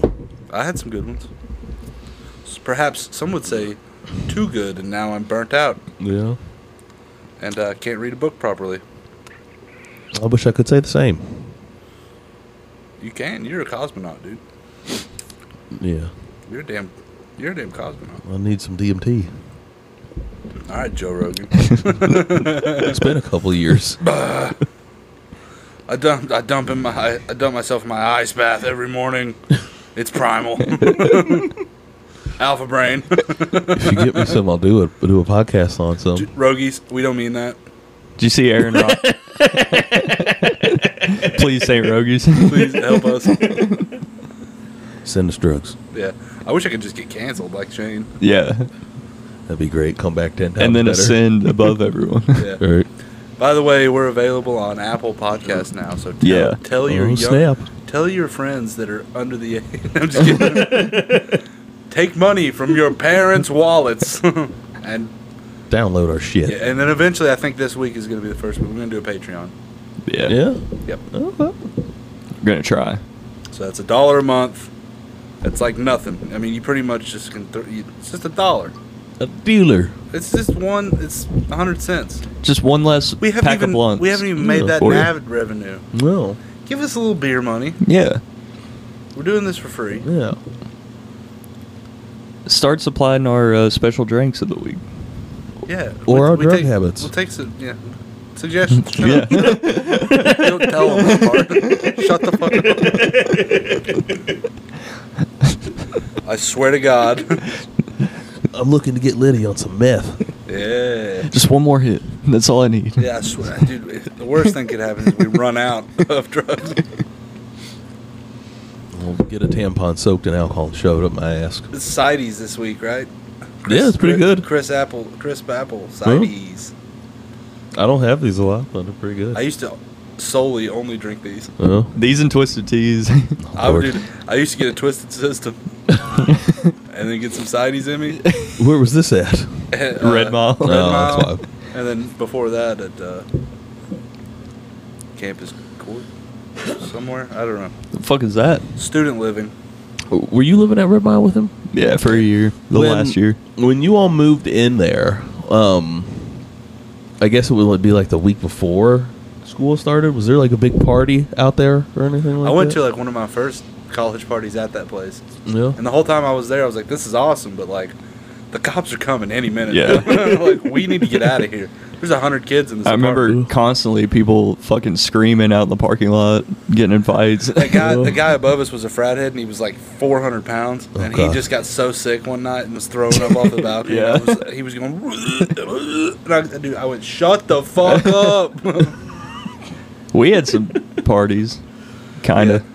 Speaker 4: I had some good ones. S- Perhaps some would say too good, and now I'm burnt out
Speaker 3: Yeah.
Speaker 4: and uh, can't read a book properly.
Speaker 3: I wish I could say the same.
Speaker 4: You can. You're a cosmonaut, dude.
Speaker 3: Yeah.
Speaker 4: You're a damn. You're a damn cosmonaut.
Speaker 3: I need some DMT.
Speaker 4: All right, Joe Rogan.
Speaker 3: It's been a couple years.
Speaker 4: I dump. I dump in my. I dump myself in my ice bath every morning. It's primal. Alpha brain.
Speaker 3: <laughs> If you get me some, I'll do it. Do a podcast on
Speaker 4: Dude, <laughs>
Speaker 3: some.
Speaker 4: Rogies, we don't mean that.
Speaker 2: Did you see Aaron <laughs> Rock? Please, Saint Rogies.
Speaker 4: <laughs> Please help us.
Speaker 3: Send us drugs.
Speaker 4: Yeah, I wish I could just get canceled like Shane.
Speaker 2: <laughs> yeah,
Speaker 3: That'd be great. Come back ten times
Speaker 2: and then
Speaker 3: better.
Speaker 2: ascend above <laughs> everyone.
Speaker 4: Yeah.
Speaker 3: All right.
Speaker 4: By the way, we're available on Apple Podcasts now, so tell,
Speaker 2: Yeah.
Speaker 4: tell your
Speaker 3: Oh,
Speaker 4: young,
Speaker 3: snap.
Speaker 4: tell your friends that are under the age. <laughs> I'm just kidding. Take money from your parents' wallets, <laughs> and
Speaker 3: Download our shit.
Speaker 4: yeah, and then eventually, I think this week is going to be the first. week. We're going to do a Patreon.
Speaker 2: Yeah,
Speaker 3: Yeah.
Speaker 4: Yep.
Speaker 3: Okay.
Speaker 2: we're gonna try.
Speaker 4: So that's a dollar a month. That's like nothing. I mean, you pretty much just can. Th- you, it's just a dollar.
Speaker 3: A dealer.
Speaker 4: It's just one. It's a hundred cents.
Speaker 2: Just one less
Speaker 4: We haven't
Speaker 2: pack
Speaker 4: even.
Speaker 2: of blunts.
Speaker 4: We haven't even
Speaker 3: Mm,
Speaker 4: made that
Speaker 2: for you.
Speaker 4: NAV revenue.
Speaker 3: No.
Speaker 4: Give us a little beer money.
Speaker 2: Yeah,
Speaker 4: We're doing this for free.
Speaker 3: Yeah.
Speaker 2: start supplying our uh, special drinks of the
Speaker 4: <laughs>
Speaker 2: week.
Speaker 4: Yeah.
Speaker 3: Or
Speaker 4: we-
Speaker 3: our
Speaker 4: we
Speaker 3: drug
Speaker 4: take-
Speaker 3: habits.
Speaker 4: We'll take some. Yeah.
Speaker 3: <laughs>
Speaker 4: Suggestions. Shut <laughs>
Speaker 2: Yeah.
Speaker 4: up. Don't tell them apart. Shut the fuck up.
Speaker 2: <laughs>
Speaker 4: I swear to God. <laughs>
Speaker 3: I'm looking to get Liddy on some meth.
Speaker 4: yeah.
Speaker 2: Just one more hit. That's all I need.
Speaker 4: Yeah, I swear, dude. The worst thing could happen is we run out <laughs> of drugs.
Speaker 3: I'll get a tampon soaked in alcohol and shove it up my ass.
Speaker 4: It's CITES this week, right?
Speaker 3: Yeah, it's pretty
Speaker 4: Chris-
Speaker 3: good.
Speaker 4: Chris Apple, Chris Apple, CITES.
Speaker 3: I don't have these a lot, but they're pretty good.
Speaker 4: I used to solely only drink these.
Speaker 3: oh,
Speaker 2: These and twisted <laughs> teas.
Speaker 4: I would.
Speaker 3: Lord.
Speaker 4: do- I used to get a twisted system, and then get some CITES in me.
Speaker 3: where was this at?
Speaker 4: Red
Speaker 2: Red Mile.
Speaker 4: Uh, Red
Speaker 3: Oh, that's
Speaker 4: Mile.
Speaker 3: why.
Speaker 4: And then before that at uh, campus court somewhere. I don't know.
Speaker 2: the fuck is that?
Speaker 4: Student living.
Speaker 3: Were you living at Red Mile with him?
Speaker 2: Yeah, for a year. The
Speaker 3: When-
Speaker 2: last year.
Speaker 3: When you all moved in there, um, I guess it would be like the week before school started. Was there like a big party out there or anything like
Speaker 4: I
Speaker 3: that?
Speaker 4: went to like one of my first college parties at that place.
Speaker 3: Yeah.
Speaker 4: And the whole time I was there, I was like, "This is awesome," but like, the cops are coming any minute.
Speaker 2: Yeah.
Speaker 4: <laughs> like, we need to get out of here. There's a hundred kids in this.
Speaker 2: I remember
Speaker 4: apartment.
Speaker 2: constantly people fucking screaming out in the parking lot, getting in fights.
Speaker 4: That guy, the
Speaker 2: <laughs>
Speaker 4: guy above us was a frathead, and he was like 400 pounds, and he
Speaker 3: Okay.
Speaker 4: just got so sick one night and was throwing up off
Speaker 3: <laughs>
Speaker 4: the balcony.
Speaker 2: Yeah.
Speaker 4: I was- he was going, <laughs> and I, dude,
Speaker 3: <laughs>
Speaker 4: I went, shut the fuck up.
Speaker 2: we had some parties. kind of.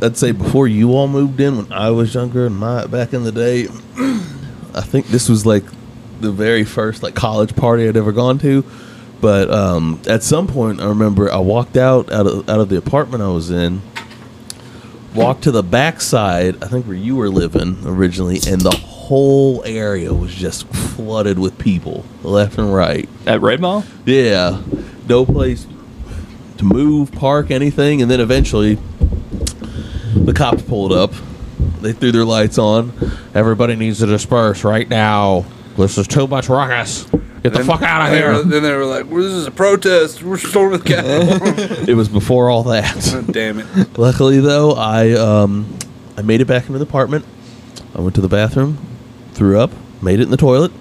Speaker 3: <coughs> I'd say before you all moved in, when I was younger and my back in the day, <clears throat> I think this was like the very first like college party I'd ever gone to. But um, at some point, I remember I walked out out of out of the apartment I was in, walked to the backside, I think where you were living originally, and the whole area was just flooded with people left and right.
Speaker 2: At Red Mile?
Speaker 3: Yeah, no place to move, park, anything, and then eventually the cops pulled up. They threw their lights on. Everybody needs to disperse right now. This is too much ruckus. Get the
Speaker 4: Then-
Speaker 3: fuck out of
Speaker 4: they were-
Speaker 3: here.
Speaker 4: Then they were like, well, "This is a protest. We're storming the
Speaker 3: <laughs>
Speaker 4: Capitol."
Speaker 3: It was before all
Speaker 4: <laughs>
Speaker 3: that.
Speaker 4: Damn it!
Speaker 3: Luckily, though, I um, I made it back into the apartment. I went to the bathroom, threw up, made it in the toilet.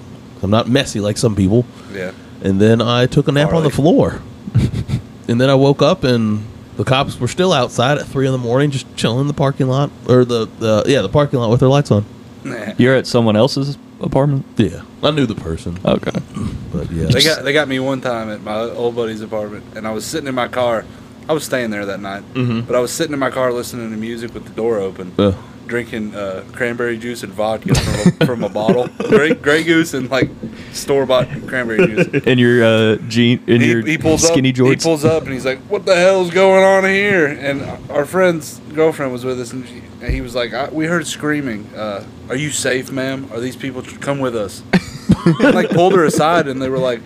Speaker 3: I'm not messy like some people.
Speaker 4: Yeah.
Speaker 3: And then I took a nap on
Speaker 4: Gnarly.
Speaker 3: the floor. <laughs> and then I woke up and the cops were still outside at three in the morning, just chilling in the parking lot or the, the yeah the parking lot with their lights on.
Speaker 4: Nah.
Speaker 2: You're at someone else's apartment?
Speaker 3: Yeah, I knew the person,
Speaker 2: Okay.
Speaker 3: but yeah,
Speaker 4: Uh, They
Speaker 3: <laughs>
Speaker 4: got they got me one time at my old buddy's apartment, and I was sitting in my car. I was staying there that night,
Speaker 3: Mhm.
Speaker 4: but I was sitting in my car listening to music with the door open,
Speaker 3: Uh,
Speaker 4: drinking uh, cranberry juice and vodka from a, from
Speaker 2: <laughs>
Speaker 4: a bottle, Grey, Grey Goose and like store bought cranberry juice.
Speaker 2: In your uh, jean, <laughs> in
Speaker 4: He,
Speaker 2: your
Speaker 4: he pulls
Speaker 2: skinny
Speaker 4: up. He
Speaker 2: jorts.
Speaker 4: pulls up and he's like, "What the hell's going on here?" And our friend's girlfriend was with us, and, she, and he was like, I, "We heard screaming. Uh, are you safe, ma'am? Are these people tr- come with us?" and, like pulled her aside, and they were like,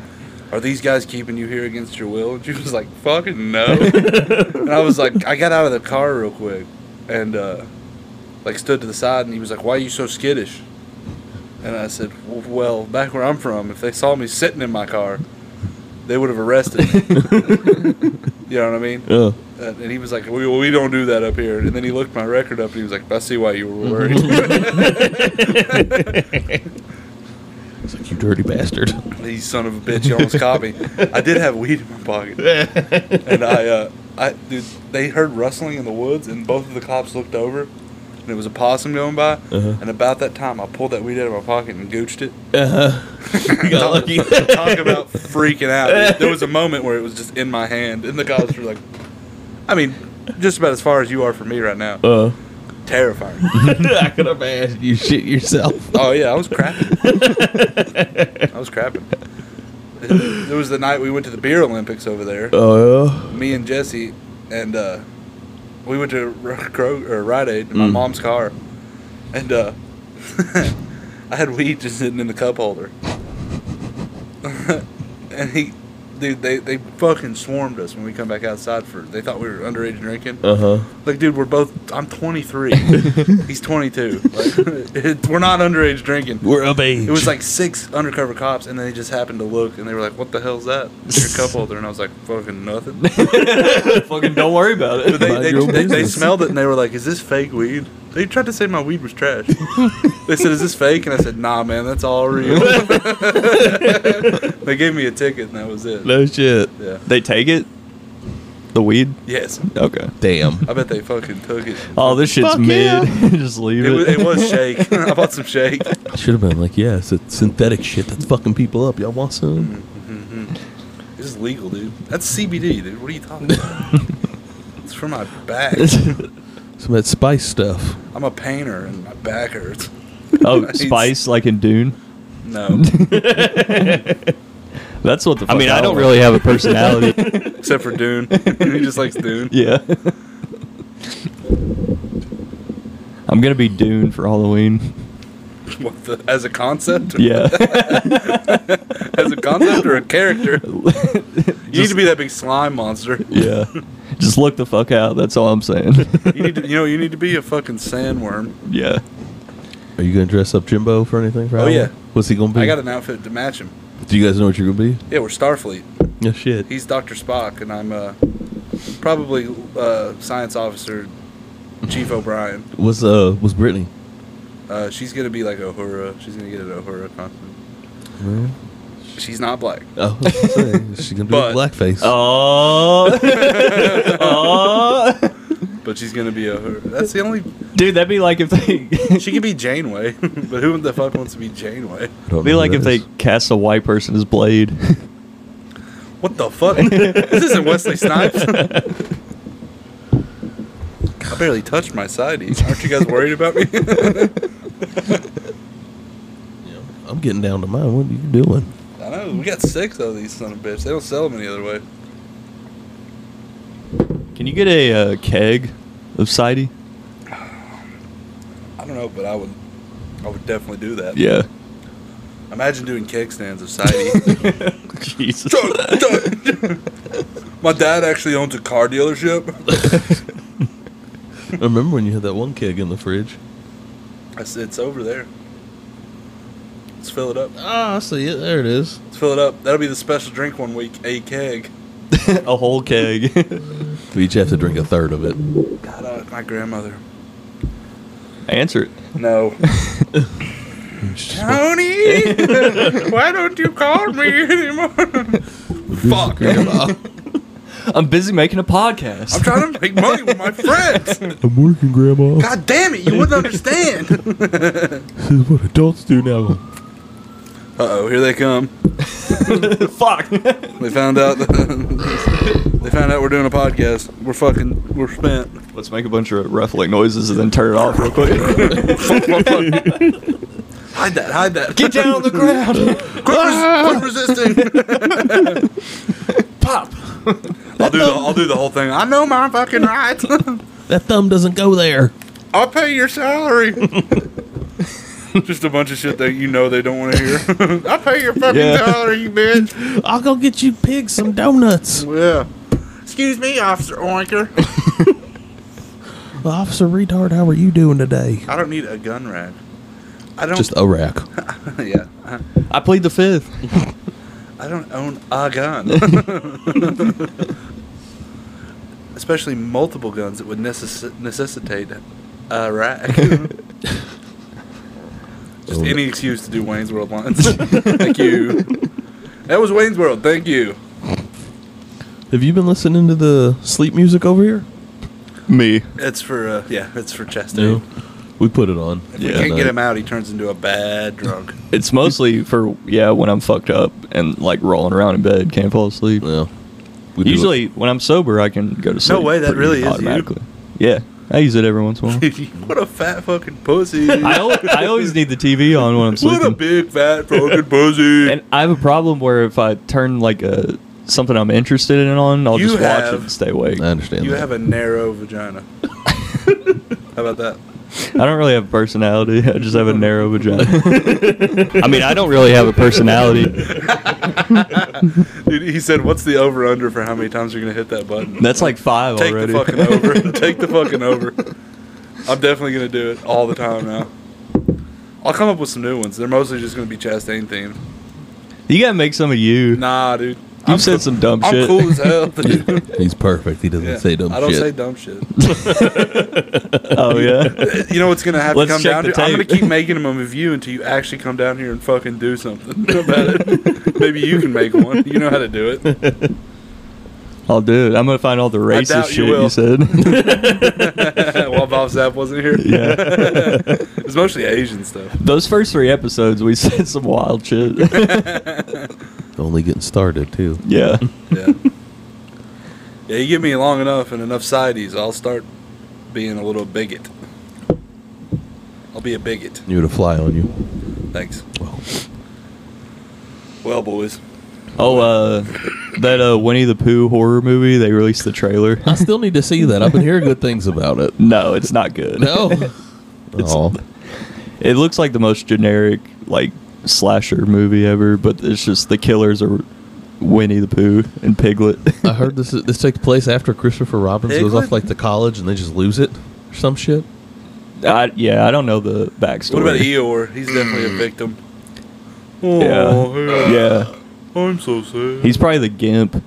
Speaker 4: "Are these guys keeping you here against your will?" And she was like, "Fucking
Speaker 2: <laughs>
Speaker 4: no." <laughs> and I was like, I got out of the car real quick, and uh, like stood to the side, and he was like, "Why are you so skittish?" And I said, "W- "Well, back where I'm from, if they saw me sitting in my car." They would have arrested
Speaker 2: <laughs>
Speaker 4: me. You know what I mean?
Speaker 3: uh,
Speaker 4: Uh, and he was like, we, we don't do that up here. And then he looked my record up and he was like, I see why you were worried.
Speaker 3: Mm-hmm.
Speaker 4: <laughs>
Speaker 3: it's like you dirty bastard.
Speaker 4: you son of a bitch, you almost caught me. I did have weed in my pocket. <laughs> And I, uh, I, dude, they heard rustling in the woods and both of the cops looked over and it was a possum going by.
Speaker 3: Uh-huh.
Speaker 4: And about that time, I pulled that weed out of my pocket and gooched it.
Speaker 3: Uh-huh. <laughs> You got
Speaker 4: <laughs>
Speaker 3: lucky.
Speaker 4: Talk about freaking out. dude.
Speaker 3: <laughs>
Speaker 4: There was a moment where it was just in my hand and the cops were like, I mean, just about as far as you are for me right now.
Speaker 3: Uh,
Speaker 4: Terrifying.
Speaker 3: I could have asked you shit yourself.
Speaker 4: <laughs> Oh yeah, I was crapping. I was
Speaker 3: <laughs>
Speaker 4: crapping. It, it was the night we went to the beer Olympics over there.
Speaker 3: Oh,
Speaker 4: Me and Jesse, and uh, we went to R- Kroger or Rite Aid in my mom's car, and uh, <laughs> I had weed just sitting in the cup holder. <laughs> and he, dude, they they fucking swarmed us when we come back outside for. They thought we were underage drinking.
Speaker 3: uh huh.
Speaker 4: Like, dude, we're both. I'm 23.
Speaker 2: <laughs>
Speaker 4: He's 22. Like, <laughs> it, we're not underage drinking.
Speaker 3: We're of age.
Speaker 4: It was like six undercover cops, and they just happened to look, and they were like, "What the hell's that?" It's your cup holder, and I was like, "Fucking nothing." But
Speaker 2: Fucking don't worry about it.
Speaker 4: they,
Speaker 3: Mind
Speaker 4: they,
Speaker 3: your own
Speaker 4: they, they
Speaker 3: business.
Speaker 4: smelled it, and they were like, "Is this fake weed?" They tried to say my weed was trash. they said, "Is this fake?" And I said, "Nah, man, that's all real." <laughs> they gave me a ticket, and that was it.
Speaker 3: no shit.
Speaker 4: Yeah.
Speaker 2: They take it? The weed?
Speaker 4: Yes.
Speaker 2: Okay.
Speaker 3: Damn.
Speaker 4: I bet they fucking took it.
Speaker 2: Oh, this shit's
Speaker 3: Fuck
Speaker 2: mid.
Speaker 3: yeah.
Speaker 2: <laughs> Just leave
Speaker 4: It
Speaker 2: it.
Speaker 4: was, it was shake. <laughs> I bought some shake.
Speaker 3: Should have been like, yeah, it's a synthetic shit that's fucking people up. Y'all want some?
Speaker 4: This is legal, dude. That's CBD, dude. What are you talking about? it's for my back.
Speaker 3: Some of that spice stuff.
Speaker 4: I'm a painter, and my back hurts.
Speaker 2: <laughs> oh,
Speaker 4: Nice.
Speaker 2: spice like in Dune.
Speaker 4: No,
Speaker 2: That's what the. Fuck I
Speaker 5: mean, I don't
Speaker 2: really have a personality.
Speaker 4: <laughs> except for Dune. <laughs> he just likes Dune.
Speaker 2: <laughs> yeah. I'm gonna be Dune for
Speaker 4: <laughs>
Speaker 2: Halloween.
Speaker 4: What the, as a concept?
Speaker 2: Yeah.
Speaker 4: As a concept or
Speaker 2: <laughs>
Speaker 4: a character? You need to be that big slime monster.
Speaker 2: yeah. <laughs> Just look the fuck out. That's all I'm saying. <laughs>
Speaker 4: You need to, you know, you need to be a fucking sandworm.
Speaker 2: yeah.
Speaker 3: Are you gonna dress up Jimbo for anything? For
Speaker 4: Oh,
Speaker 3: Halloween?
Speaker 4: yeah.
Speaker 3: What's he gonna be?
Speaker 4: I got an outfit to match him.
Speaker 3: Do you guys know what you're gonna be?
Speaker 4: Yeah, we're Starfleet.
Speaker 3: No shit.
Speaker 4: He's Doctor Spock, and I'm uh, probably uh, science officer Chief O'Brien.
Speaker 3: Was uh was Brittany?
Speaker 4: Uh, she's gonna be like Uhura. She's gonna get an Uhura costume. She's not black.
Speaker 3: Oh, I was gonna say, she gonna do
Speaker 4: But-
Speaker 3: blackface.
Speaker 2: uh, <laughs> Oh. oh.
Speaker 4: But she's gonna be a her. That's the only.
Speaker 2: Dude, that'd be like if they.
Speaker 4: She could be Janeway, <laughs> but who the fuck wants to be Janeway?
Speaker 3: I
Speaker 2: <laughs>
Speaker 3: don't
Speaker 2: be
Speaker 3: know
Speaker 2: like
Speaker 3: who
Speaker 2: if
Speaker 3: that
Speaker 2: they
Speaker 3: is.
Speaker 2: cast a white person as <laughs> Blade.
Speaker 4: What the fuck? this isn't Wesley Snipes. barely touched my sideties. Aren't you guys worried about me? <laughs>
Speaker 3: I'm getting down to mine. What are you doing?
Speaker 4: I know. We got six of these son of bitch. They don't sell them any other way.
Speaker 2: <laughs> Can you get a uh, keg of sidey?
Speaker 4: I don't know, but I would. I would definitely do that.
Speaker 2: Yeah.
Speaker 4: Imagine doing keg stands of <laughs> sidey.
Speaker 2: <laughs> Jesus.
Speaker 4: Chug, chug. my dad actually owns a car dealership. <laughs>
Speaker 3: I remember when you had that one keg in the fridge.
Speaker 4: I said, it's over there. Let's fill it up.
Speaker 3: Ah, I see it. There it is.
Speaker 4: Let's fill it up. That'll be the special drink one week. A keg.
Speaker 2: <laughs> a whole keg.
Speaker 3: We each have to drink a third of it.
Speaker 4: God, uh, my grandmother.
Speaker 2: <laughs> Answer it.
Speaker 4: <laughs> No. Tony, why don't you call me anymore? Fuck.
Speaker 3: Grandma.
Speaker 2: I'm busy making a podcast.
Speaker 4: I'm trying to make money with my friends.
Speaker 3: I'm working, Grandma.
Speaker 4: God damn it, you wouldn't <laughs> understand. uh
Speaker 3: This is what adults do now.
Speaker 4: oh, here they come.
Speaker 2: <laughs> Fuck.
Speaker 4: They found out. <laughs> they found out we're doing a podcast. We're fucking. We're spent.
Speaker 2: Let's make a bunch of ruffling noises and then turn it off real quick.
Speaker 4: Hide that. Hide that. <laughs>
Speaker 2: Get down on the ground.
Speaker 4: Quit, <laughs> res- quit resisting.
Speaker 2: <laughs> Pop.
Speaker 4: I'll do the. I'll do the whole thing. I know my fucking rights.
Speaker 3: That thumb doesn't go there.
Speaker 4: <laughs> I'll pay your salary. <laughs> Just a bunch of shit that you know they don't want to hear. <laughs> I'll pay your fucking
Speaker 2: Yeah.
Speaker 4: salary, you bitch.
Speaker 3: I'll go get you pigs some
Speaker 4: <laughs>
Speaker 3: donuts.
Speaker 4: Yeah. Excuse me, Officer Oinker.
Speaker 3: Officer Retard, how are you doing today?
Speaker 4: I don't need a gun rack. I don't.
Speaker 3: Just a rack.
Speaker 4: <laughs> yeah. I-
Speaker 2: I plead the fifth.
Speaker 4: I don't own a
Speaker 2: <laughs>
Speaker 4: gun. <laughs> Especially multiple guns that would necess- necessitate
Speaker 2: <laughs>
Speaker 4: a rack. Just any excuse to do Wayne's World lines.
Speaker 2: <laughs>
Speaker 4: Thank you. That was Wayne's World. Thank you.
Speaker 3: Have you been listening to the sleep music over here?
Speaker 2: Me.
Speaker 4: It's for uh, yeah. It's for Chastain.
Speaker 3: We put it on.
Speaker 4: If we
Speaker 2: Yeah,
Speaker 4: can't
Speaker 3: no.
Speaker 4: get him out, he turns into a bad drunk.
Speaker 2: It's mostly for yeah when I'm fucked up and like rolling around in bed, can't fall asleep.
Speaker 3: Yeah. We do it.
Speaker 2: Usually when I'm sober, I can go to sleep.
Speaker 4: way, that
Speaker 2: pretty
Speaker 4: really is you.
Speaker 2: automatically. Yeah, I use it every once in a while.
Speaker 4: Dude, you- <laughs> what a fat fucking pussy.
Speaker 2: <laughs> I, al- I always need the TV on when I'm
Speaker 4: What a
Speaker 2: sleeping.
Speaker 4: big fat fucking pussy.
Speaker 2: And I have a problem where if I turn like a something I'm interested in on, I'll
Speaker 4: You
Speaker 2: just watch
Speaker 4: have-
Speaker 2: it and stay awake.
Speaker 3: I understand.
Speaker 4: you
Speaker 3: that.
Speaker 4: have a narrow
Speaker 2: <laughs>
Speaker 4: vagina. How about that?
Speaker 2: I don't really have a personality. I just have a narrow vagina. <laughs> I mean, I don't really have a personality.
Speaker 4: Dude, he said, "What's the over under for how many times you're gonna hit that button?"
Speaker 2: That's like five
Speaker 4: Take
Speaker 2: already.
Speaker 4: the
Speaker 2: <laughs>
Speaker 4: fucking over. Take the fucking over. I'm definitely gonna do it all the time now. I'll come up with some new ones. They're mostly just gonna be Chastain themed.
Speaker 2: You gotta make some of you.
Speaker 4: Nah, dude.
Speaker 2: You've said some dumb
Speaker 4: I'm
Speaker 2: shit.
Speaker 4: cool
Speaker 2: <laughs>
Speaker 4: as hell. dude.
Speaker 3: He's perfect. He doesn't
Speaker 4: Yeah.
Speaker 3: say dumb
Speaker 4: I don't
Speaker 3: shit.
Speaker 4: say dumb
Speaker 2: <laughs>
Speaker 4: shit.
Speaker 3: <laughs>
Speaker 2: Oh yeah.
Speaker 4: <laughs> You know what's gonna have
Speaker 2: Let's
Speaker 4: to come
Speaker 2: check
Speaker 4: down
Speaker 2: the
Speaker 4: to? I'm gonna
Speaker 2: tape. <laughs>
Speaker 4: keep making them a review until you actually come down here and fucking do something <laughs> about it.
Speaker 2: <laughs>
Speaker 4: Maybe you can make one. You know how to do it.
Speaker 2: I'll do it. I'm gonna find all the
Speaker 4: I doubt
Speaker 2: racist
Speaker 4: you
Speaker 2: shit
Speaker 4: will.
Speaker 2: you
Speaker 4: <laughs>
Speaker 2: said. <laughs>
Speaker 4: While Bob Sapp wasn't here,
Speaker 2: yeah.
Speaker 4: <laughs> it was mostly Asian stuff.
Speaker 2: Those first three episodes, we said some wild shit.
Speaker 3: <laughs>
Speaker 2: <laughs>
Speaker 3: Only getting started too.
Speaker 2: yeah.
Speaker 4: Yeah. yeah, you give me long enough and enough sides, I'll start being a little bigot. I'll be a bigot.
Speaker 3: You would fly on you.
Speaker 4: Thanks.
Speaker 3: Well,
Speaker 4: Well, boys,
Speaker 2: Oh, uh, that uh, Winnie the Pooh horror movie. They released the trailer. <laughs>
Speaker 3: I still need to see that. I've been hearing good things about it.
Speaker 2: No, it's not good.
Speaker 3: No. <laughs> oh,
Speaker 2: It looks like the most generic like slasher movie ever, but it's just the killers are Winnie the Pooh and Piglet. <laughs>
Speaker 3: I heard this is, this takes place after Christopher Robbins goes
Speaker 4: Piglet?
Speaker 3: off like to college and they just lose it or some shit.
Speaker 2: I, yeah, I don't know the backstory.
Speaker 4: what about Eeyore? He's definitely a victim.
Speaker 2: <laughs> Yeah.
Speaker 4: hey,
Speaker 2: Yeah,
Speaker 4: Oh, I'm so sad.
Speaker 2: he's probably the gimp.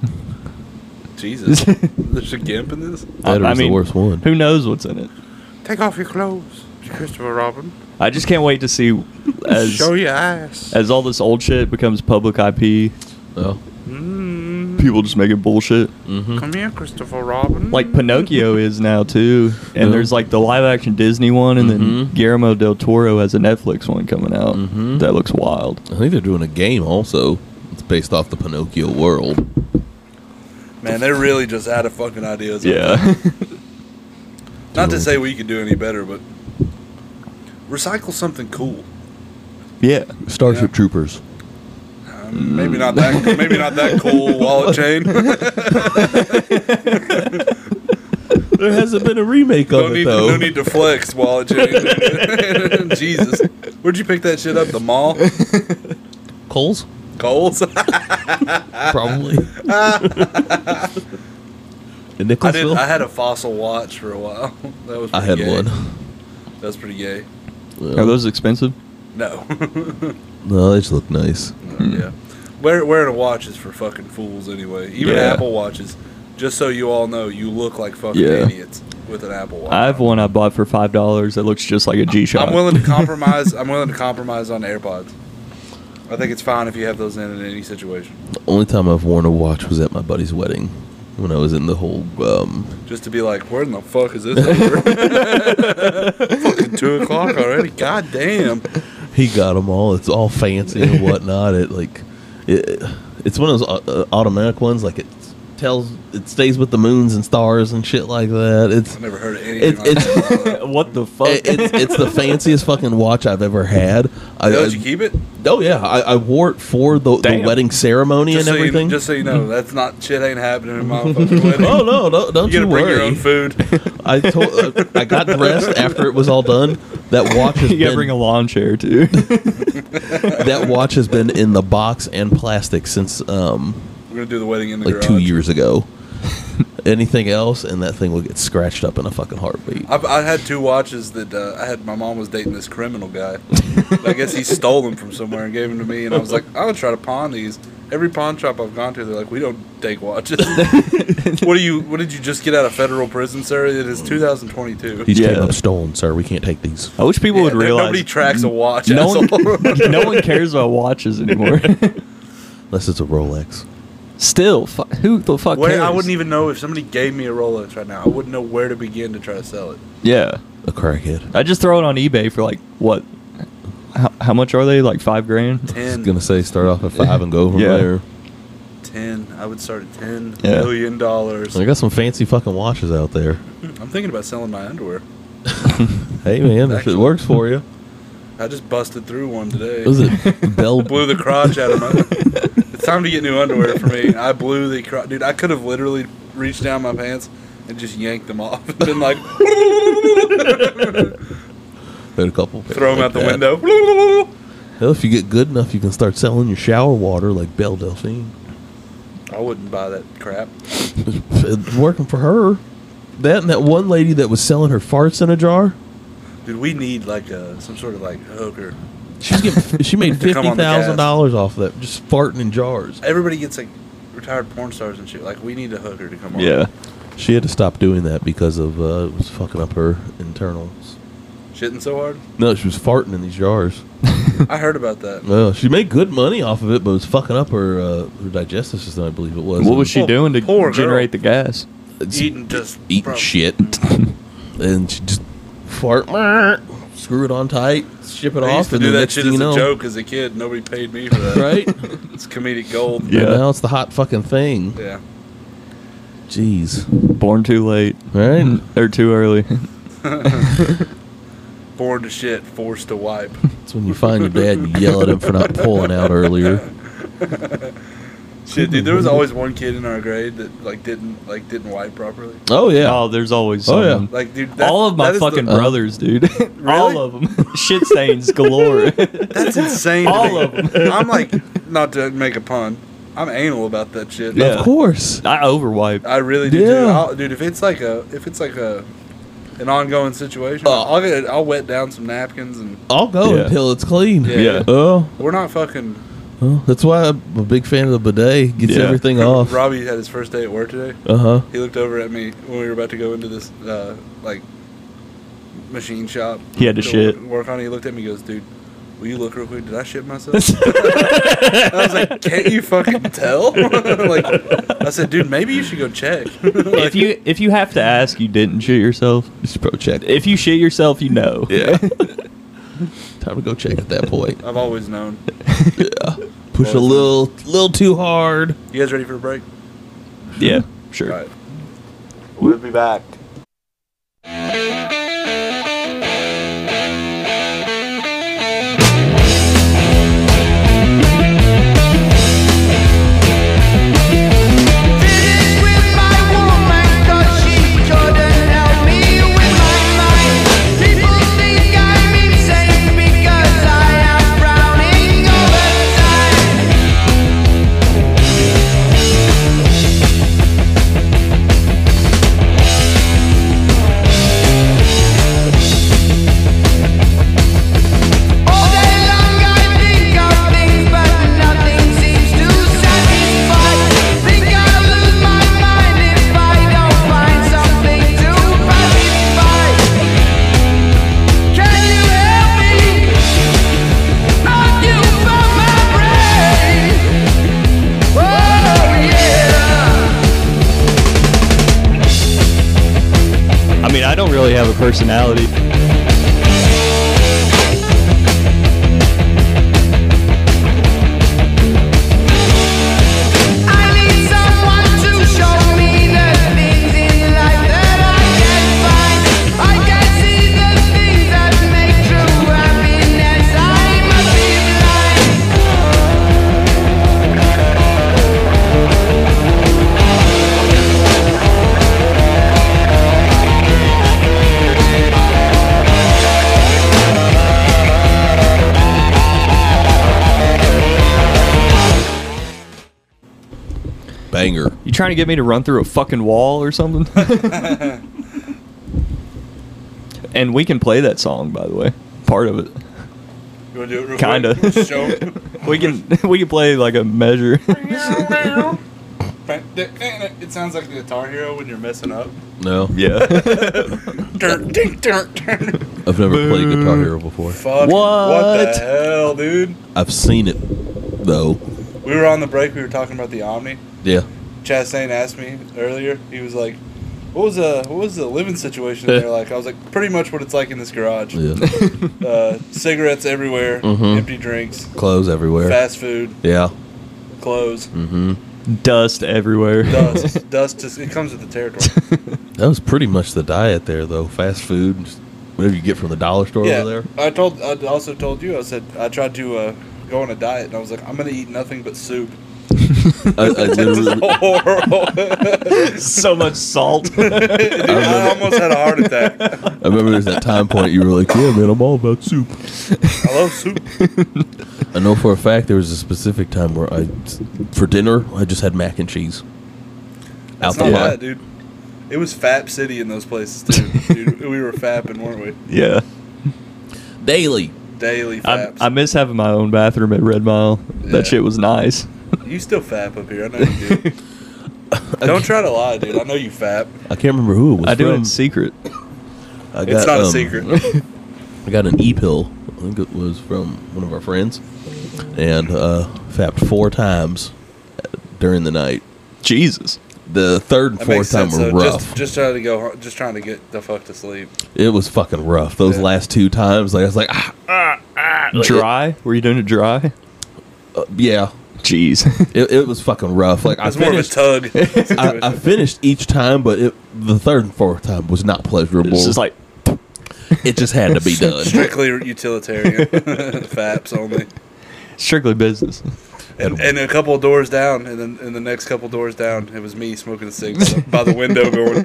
Speaker 4: Jesus. There's a gimp in this.
Speaker 2: I-
Speaker 3: That was
Speaker 2: I mean,
Speaker 3: the worst one.
Speaker 2: Who knows what's in it?
Speaker 4: Take off your clothes, Christopher Robin.
Speaker 2: I just can't wait to see as
Speaker 4: <laughs> Show your ass.
Speaker 2: as all this old shit becomes public IP.
Speaker 3: Oh.
Speaker 4: Mm,
Speaker 2: People just making bullshit.
Speaker 3: Mm-hmm.
Speaker 4: Come here, Christopher Robin.
Speaker 2: like
Speaker 4: <laughs>
Speaker 2: Pinocchio is now too. And
Speaker 3: Yeah.
Speaker 2: there's like the live action Disney one, and then
Speaker 3: Mhm.
Speaker 2: Guillermo del Toro has a Netflix one coming out
Speaker 3: Mhm.
Speaker 2: that looks wild.
Speaker 3: I think they're doing a game also. It's based off the Pinocchio world.
Speaker 4: Man, they're really just out of fucking ideas.
Speaker 2: Yeah,
Speaker 4: Not to say we could do any better, but recycle something cool.
Speaker 2: Yeah.
Speaker 3: Starship
Speaker 4: Yeah.
Speaker 3: Troopers.
Speaker 4: Um, maybe not that. Maybe not that cool wallet chain.
Speaker 3: There hasn't been a remake of
Speaker 4: no
Speaker 3: it
Speaker 4: need.
Speaker 3: though.
Speaker 4: No need to flex wallet chain. Jesus, where'd you pick that shit up? The mall,
Speaker 3: <laughs> Coles,
Speaker 4: Kohl's. <laughs>
Speaker 3: <laughs> probably. In
Speaker 4: I did.
Speaker 3: Nicholasville,
Speaker 4: I
Speaker 3: I,
Speaker 4: had a fossil watch for a while. <laughs> That was. pretty
Speaker 3: had
Speaker 4: gay.
Speaker 3: one.
Speaker 4: That was pretty gay.
Speaker 2: <laughs> Are those expensive?
Speaker 4: No. <laughs>
Speaker 3: no, they just look nice.
Speaker 4: yeah. Wear, wearing a watch is for fucking fools anyway. Even
Speaker 2: Yeah.
Speaker 4: Apple watches. Just so you all know, you look like fucking
Speaker 2: Yeah.
Speaker 4: idiots with an Apple watch.
Speaker 2: I have one I bought for five dollars that looks just like a G Shock.
Speaker 4: I'm willing
Speaker 3: <laughs>
Speaker 4: to compromise. I'm willing to compromise on AirPods. I think it's fine if you have those in, in any situation,
Speaker 3: The only time I've worn a watch was at my buddy's wedding when I was in the whole um,
Speaker 4: just to be like, where in the fuck is this
Speaker 3: <laughs>
Speaker 4: over? fucking two o'clock already. God damn.
Speaker 3: he got them all. It's all
Speaker 2: <laughs>
Speaker 3: fancy and whatnot. It like, it, it's one of those au- uh, automatic ones. Like it tells, it stays with the moons and stars and shit like that. It's
Speaker 4: I never heard of anything.
Speaker 3: it,
Speaker 4: like <laughs>
Speaker 3: it's
Speaker 2: <laughs>
Speaker 4: that.
Speaker 2: what the fuck?
Speaker 3: it- it's it's the fanciest fucking watch I've ever had. I,
Speaker 4: Oh, did
Speaker 3: I-
Speaker 4: you keep it?
Speaker 3: oh yeah, I, I wore it for the, the
Speaker 2: Damn.
Speaker 3: wedding ceremony
Speaker 4: Just
Speaker 3: and
Speaker 4: so, you,
Speaker 3: everything.
Speaker 4: just so you know, that's not shit ain't happening in my fucking wedding.
Speaker 3: <laughs> oh no, no don't
Speaker 4: you
Speaker 3: you,
Speaker 4: gotta bring your own
Speaker 3: worry. <laughs>
Speaker 4: food.
Speaker 3: I told uh, I got dressed after it was all done. That
Speaker 2: <laughs>
Speaker 3: watch
Speaker 2: <laughs>
Speaker 3: has
Speaker 2: you gotta
Speaker 3: been
Speaker 2: bring a lawn chair
Speaker 4: <laughs>
Speaker 2: too.
Speaker 3: that watch has been in the box and plastic since um
Speaker 4: We're gonna do the wedding in the
Speaker 3: like
Speaker 4: garage.
Speaker 3: two years ago. <laughs> Anything else, and that thing will get scratched up in a fucking heartbeat.
Speaker 4: I've, I had two watches that uh, I had. My mom was dating this criminal guy. I guess he stole them from somewhere and gave them to me. And I was like, I'm gonna try to pawn these. Every pawn shop I've gone to, they're like, we don't take watches. what do you? What did you just get out of federal prison, sir? It is 2022.
Speaker 3: These came
Speaker 2: Yeah.
Speaker 3: up stolen, sir. We can't take these.
Speaker 2: I wish people
Speaker 4: Yeah,
Speaker 2: would
Speaker 4: there-
Speaker 2: realize
Speaker 4: nobody tracks a watch.
Speaker 2: no one, <laughs>
Speaker 4: asshole.
Speaker 2: no
Speaker 4: <laughs>
Speaker 2: one cares about watches anymore.
Speaker 3: Unless it's a Rolex.
Speaker 2: Still, fu- who the fuck
Speaker 4: where,
Speaker 2: cares?
Speaker 4: I wouldn't even know if somebody gave me a Rolex right now. I wouldn't know where to begin to try to sell it.
Speaker 2: Yeah,
Speaker 3: A crackhead.
Speaker 2: I just throw it on eBay for like what? How, how much are they? Like five <laughs> grand?
Speaker 3: I was
Speaker 4: Ten,
Speaker 3: gonna say start off at five and go from
Speaker 2: Yeah.
Speaker 3: there.
Speaker 4: ten. I would start at ten
Speaker 2: Yeah.
Speaker 4: million dollars.
Speaker 3: I got some fancy fucking watches out there.
Speaker 4: I'm thinking about selling my underwear.
Speaker 3: Hey man, if
Speaker 4: Actually-
Speaker 3: it works for you.
Speaker 4: I just busted through one today.
Speaker 3: Was it Bell?
Speaker 4: blew the crotch out
Speaker 2: <laughs>
Speaker 4: of my. it's time to get new underwear for me. I blew the crotch, dude. I could have literally reached down my pants and just yanked them off <laughs> and been like,
Speaker 3: Had a couple. pairs
Speaker 4: throw them
Speaker 3: like
Speaker 4: out the
Speaker 3: that.
Speaker 4: window.
Speaker 3: Hell, if you get good enough, you can start selling your shower water like Belle Delphine. <laughs>
Speaker 4: I wouldn't buy that crap.
Speaker 3: It's working for her. That and that one lady that was selling her farts in a jar.
Speaker 4: Dude, we need like a, some sort of like hooker. <laughs>
Speaker 3: She's getting, she made
Speaker 4: To come
Speaker 3: fifty
Speaker 4: on the gas.
Speaker 3: thousand dollars off that just farting in jars.
Speaker 4: Everybody gets like retired porn stars and shit. Like we need a hooker to come on.
Speaker 2: Yeah,
Speaker 3: She had to stop doing that because of uh, it was fucking up her internals.
Speaker 4: Shitting so hard.
Speaker 3: No, she was farting in these jars.
Speaker 4: I heard about
Speaker 3: <laughs>
Speaker 4: that.
Speaker 3: Well, she made good money off of it, but it was fucking up her uh, her digestive system. I believe it was.
Speaker 2: what was she
Speaker 4: Poor-
Speaker 2: doing to
Speaker 4: poor girl.
Speaker 2: generate the gas?
Speaker 3: It's-
Speaker 4: Eating just
Speaker 3: eating
Speaker 4: bro,
Speaker 3: shit, <laughs> and she just fart, screw it on tight, ship it
Speaker 4: I
Speaker 3: off,
Speaker 4: used to
Speaker 3: and
Speaker 4: do
Speaker 3: the
Speaker 4: that
Speaker 3: next
Speaker 4: shit
Speaker 3: thing
Speaker 4: as
Speaker 3: you
Speaker 4: a
Speaker 3: know,
Speaker 4: joke as a kid. Nobody paid me for that.
Speaker 3: right?
Speaker 4: It's comedic gold.
Speaker 2: Yeah.
Speaker 3: And now it's the hot fucking thing.
Speaker 4: Yeah.
Speaker 3: Jeez,
Speaker 2: Born too late
Speaker 4: <laughs>
Speaker 3: right?
Speaker 2: <laughs> or too early.
Speaker 4: Born to shit, forced to wipe. <laughs>
Speaker 3: It's when you find your dad, and you yell at him for not pulling
Speaker 4: <laughs>
Speaker 3: out earlier.
Speaker 4: Shit, dude, there was always one kid in our grade that like didn't like didn't wipe properly.
Speaker 3: Oh yeah,
Speaker 2: Oh, there's always.
Speaker 3: Oh, yeah.
Speaker 2: someone.
Speaker 4: Like, dude, that,
Speaker 2: all of my
Speaker 4: that is the- Uh-huh.
Speaker 2: fucking brothers,
Speaker 4: <laughs>
Speaker 2: dude. <laughs>
Speaker 4: Really?
Speaker 2: all of them. <laughs> Shit stains galore.
Speaker 4: that's insane. to
Speaker 2: all
Speaker 4: me.
Speaker 2: of
Speaker 4: <laughs> I'm like, not to make a pun, I'm anal about that shit.
Speaker 2: Yeah.
Speaker 3: of course.
Speaker 2: I overwipe.
Speaker 4: I really do. Dude.
Speaker 3: Yeah.
Speaker 4: I'll, dude, if it's like a if it's like a an ongoing situation,
Speaker 2: Uh.
Speaker 3: Oh.
Speaker 4: I'll get I'll wet down some napkins and
Speaker 3: I'll go
Speaker 2: Yeah.
Speaker 3: until it's clean.
Speaker 4: Yeah.
Speaker 2: Yeah. Uh,
Speaker 3: Oh,
Speaker 4: we're not fucking.
Speaker 3: well, that's why I'm a big fan of the bidet. Gets
Speaker 2: Yeah.
Speaker 3: everything off.
Speaker 4: Robbie had his first day at work today.
Speaker 3: Uh huh.
Speaker 4: He looked over at me when we were about to go into this uh, like machine shop.
Speaker 2: He had to shit.
Speaker 4: Work on it. He looked at me. He goes, "Dude, will you look real quick? Did I
Speaker 2: <laughs>
Speaker 4: shit myself?" I was like, "Can't you fucking tell?" <laughs> like, I said, "Dude, maybe you should go check." <laughs>
Speaker 2: <laughs> if you if you have to ask, you didn't shit yourself.
Speaker 3: Just pro check.
Speaker 2: If you shit yourself, you know.
Speaker 3: Yeah. Time to go check at that point.
Speaker 4: I've always known.
Speaker 3: <laughs> Push a little, little too hard.
Speaker 4: You guys ready for a break?
Speaker 2: <laughs> Yeah, sure.
Speaker 4: All right. We'll be back.
Speaker 2: personality.
Speaker 5: I need someone to show me the things in life that I can't find. I can see the things that make true happiness. I must be blind.
Speaker 3: Banger.
Speaker 2: You trying to get me to run through a fucking wall or <laughs> something? and we can play that song, by the way. Part of it.
Speaker 4: You want to do it real
Speaker 2: Kinda. <laughs>
Speaker 4: quick? Show 'em.
Speaker 2: We can <laughs> we can play like a measure.
Speaker 4: It sounds like the Guitar Hero when you're messing up.
Speaker 3: No,
Speaker 2: <laughs> yeah.
Speaker 4: Turn, ding, turn, turn.
Speaker 3: I've never played Guitar Hero before.
Speaker 4: Fuck.
Speaker 2: What?
Speaker 4: the hell, dude?
Speaker 3: I've seen it though.
Speaker 4: We were on the break. We were talking about the Omni.
Speaker 3: Yeah,
Speaker 4: Chastain asked me earlier. He was like, "What was uh what was the living situation in there like?" I was like, "Pretty much what it's like in this garage.
Speaker 3: yeah. <laughs>
Speaker 4: Uh, cigarettes everywhere,
Speaker 3: Mhm.
Speaker 4: empty drinks,
Speaker 3: Clothes everywhere.
Speaker 4: fast food,
Speaker 3: Yeah.
Speaker 4: clothes,
Speaker 3: Mm-hmm.
Speaker 2: <laughs> Dust everywhere.
Speaker 4: dust, <laughs> dust. Just, it comes with the territory.
Speaker 3: That was pretty much the diet there, though. Fast food, just whatever you get from the dollar store
Speaker 4: yeah,
Speaker 3: <laughs> over <laughs> there.
Speaker 4: I told. I also told you. I said I tried to uh, go on a diet, and I was like, "I'm gonna eat nothing but
Speaker 3: <laughs>
Speaker 4: soup."
Speaker 3: I, I
Speaker 4: <laughs>
Speaker 3: literally, <laughs>
Speaker 4: Horrible.
Speaker 2: <laughs>
Speaker 4: <laughs>
Speaker 2: so much <laughs> salt.
Speaker 4: Dude, I
Speaker 3: <laughs>
Speaker 4: almost had a heart attack. I
Speaker 3: I remember there's that time point you were like, "Yeah, man, I'm all about soup."
Speaker 4: love soup.
Speaker 3: <laughs> I know for a fact there was a specific time where I, for dinner, I just had mac and cheese.
Speaker 4: That's
Speaker 3: the
Speaker 4: not
Speaker 3: pot.
Speaker 4: bad, dude. It was Fap City in those places
Speaker 3: <laughs>
Speaker 4: too. dude, we were fapping, weren't we?
Speaker 2: yeah.
Speaker 3: daily.
Speaker 4: Daily
Speaker 2: I,
Speaker 4: faps.
Speaker 2: I miss having my own bathroom at Red Mile.
Speaker 4: Yeah.
Speaker 2: That shit was nice.
Speaker 4: you still fap up here. I know you do.
Speaker 3: <laughs>
Speaker 4: Don't try to lie, dude. I know you fap.
Speaker 3: I can't remember who it was.
Speaker 2: I do it
Speaker 3: from.
Speaker 2: in secret.
Speaker 3: I
Speaker 4: It's not a
Speaker 3: um,
Speaker 4: secret.
Speaker 3: I got an e pill. I think it was from one of our friends, and uh, fapped four times during the night.
Speaker 2: Jesus.
Speaker 3: The third and
Speaker 4: That
Speaker 3: fourth
Speaker 4: makes
Speaker 3: time
Speaker 4: sense.
Speaker 3: were
Speaker 4: though.
Speaker 3: rough.
Speaker 4: Just, just trying to go. Just trying to get the fuck to sleep.
Speaker 3: it was fucking rough. Those
Speaker 4: Yeah.
Speaker 3: last two times, like I was like, ah,
Speaker 2: Dry? Were you doing it dry?
Speaker 3: uh, yeah,
Speaker 2: <laughs> Jeez.
Speaker 3: it, it was fucking rough. Like I
Speaker 4: It's more of a
Speaker 3: finished,
Speaker 4: tug.
Speaker 3: <laughs> I, I finished each time, but it, the third and fourth time was not pleasurable.
Speaker 2: it's just like
Speaker 3: it just had to be done.
Speaker 4: Strictly utilitarian. <laughs> Faps only.
Speaker 2: <laughs> strictly business.
Speaker 4: And, and a couple doors down, and then and the next couple doors down, it was me smoking a
Speaker 3: <laughs>
Speaker 4: cigarette by the window, going,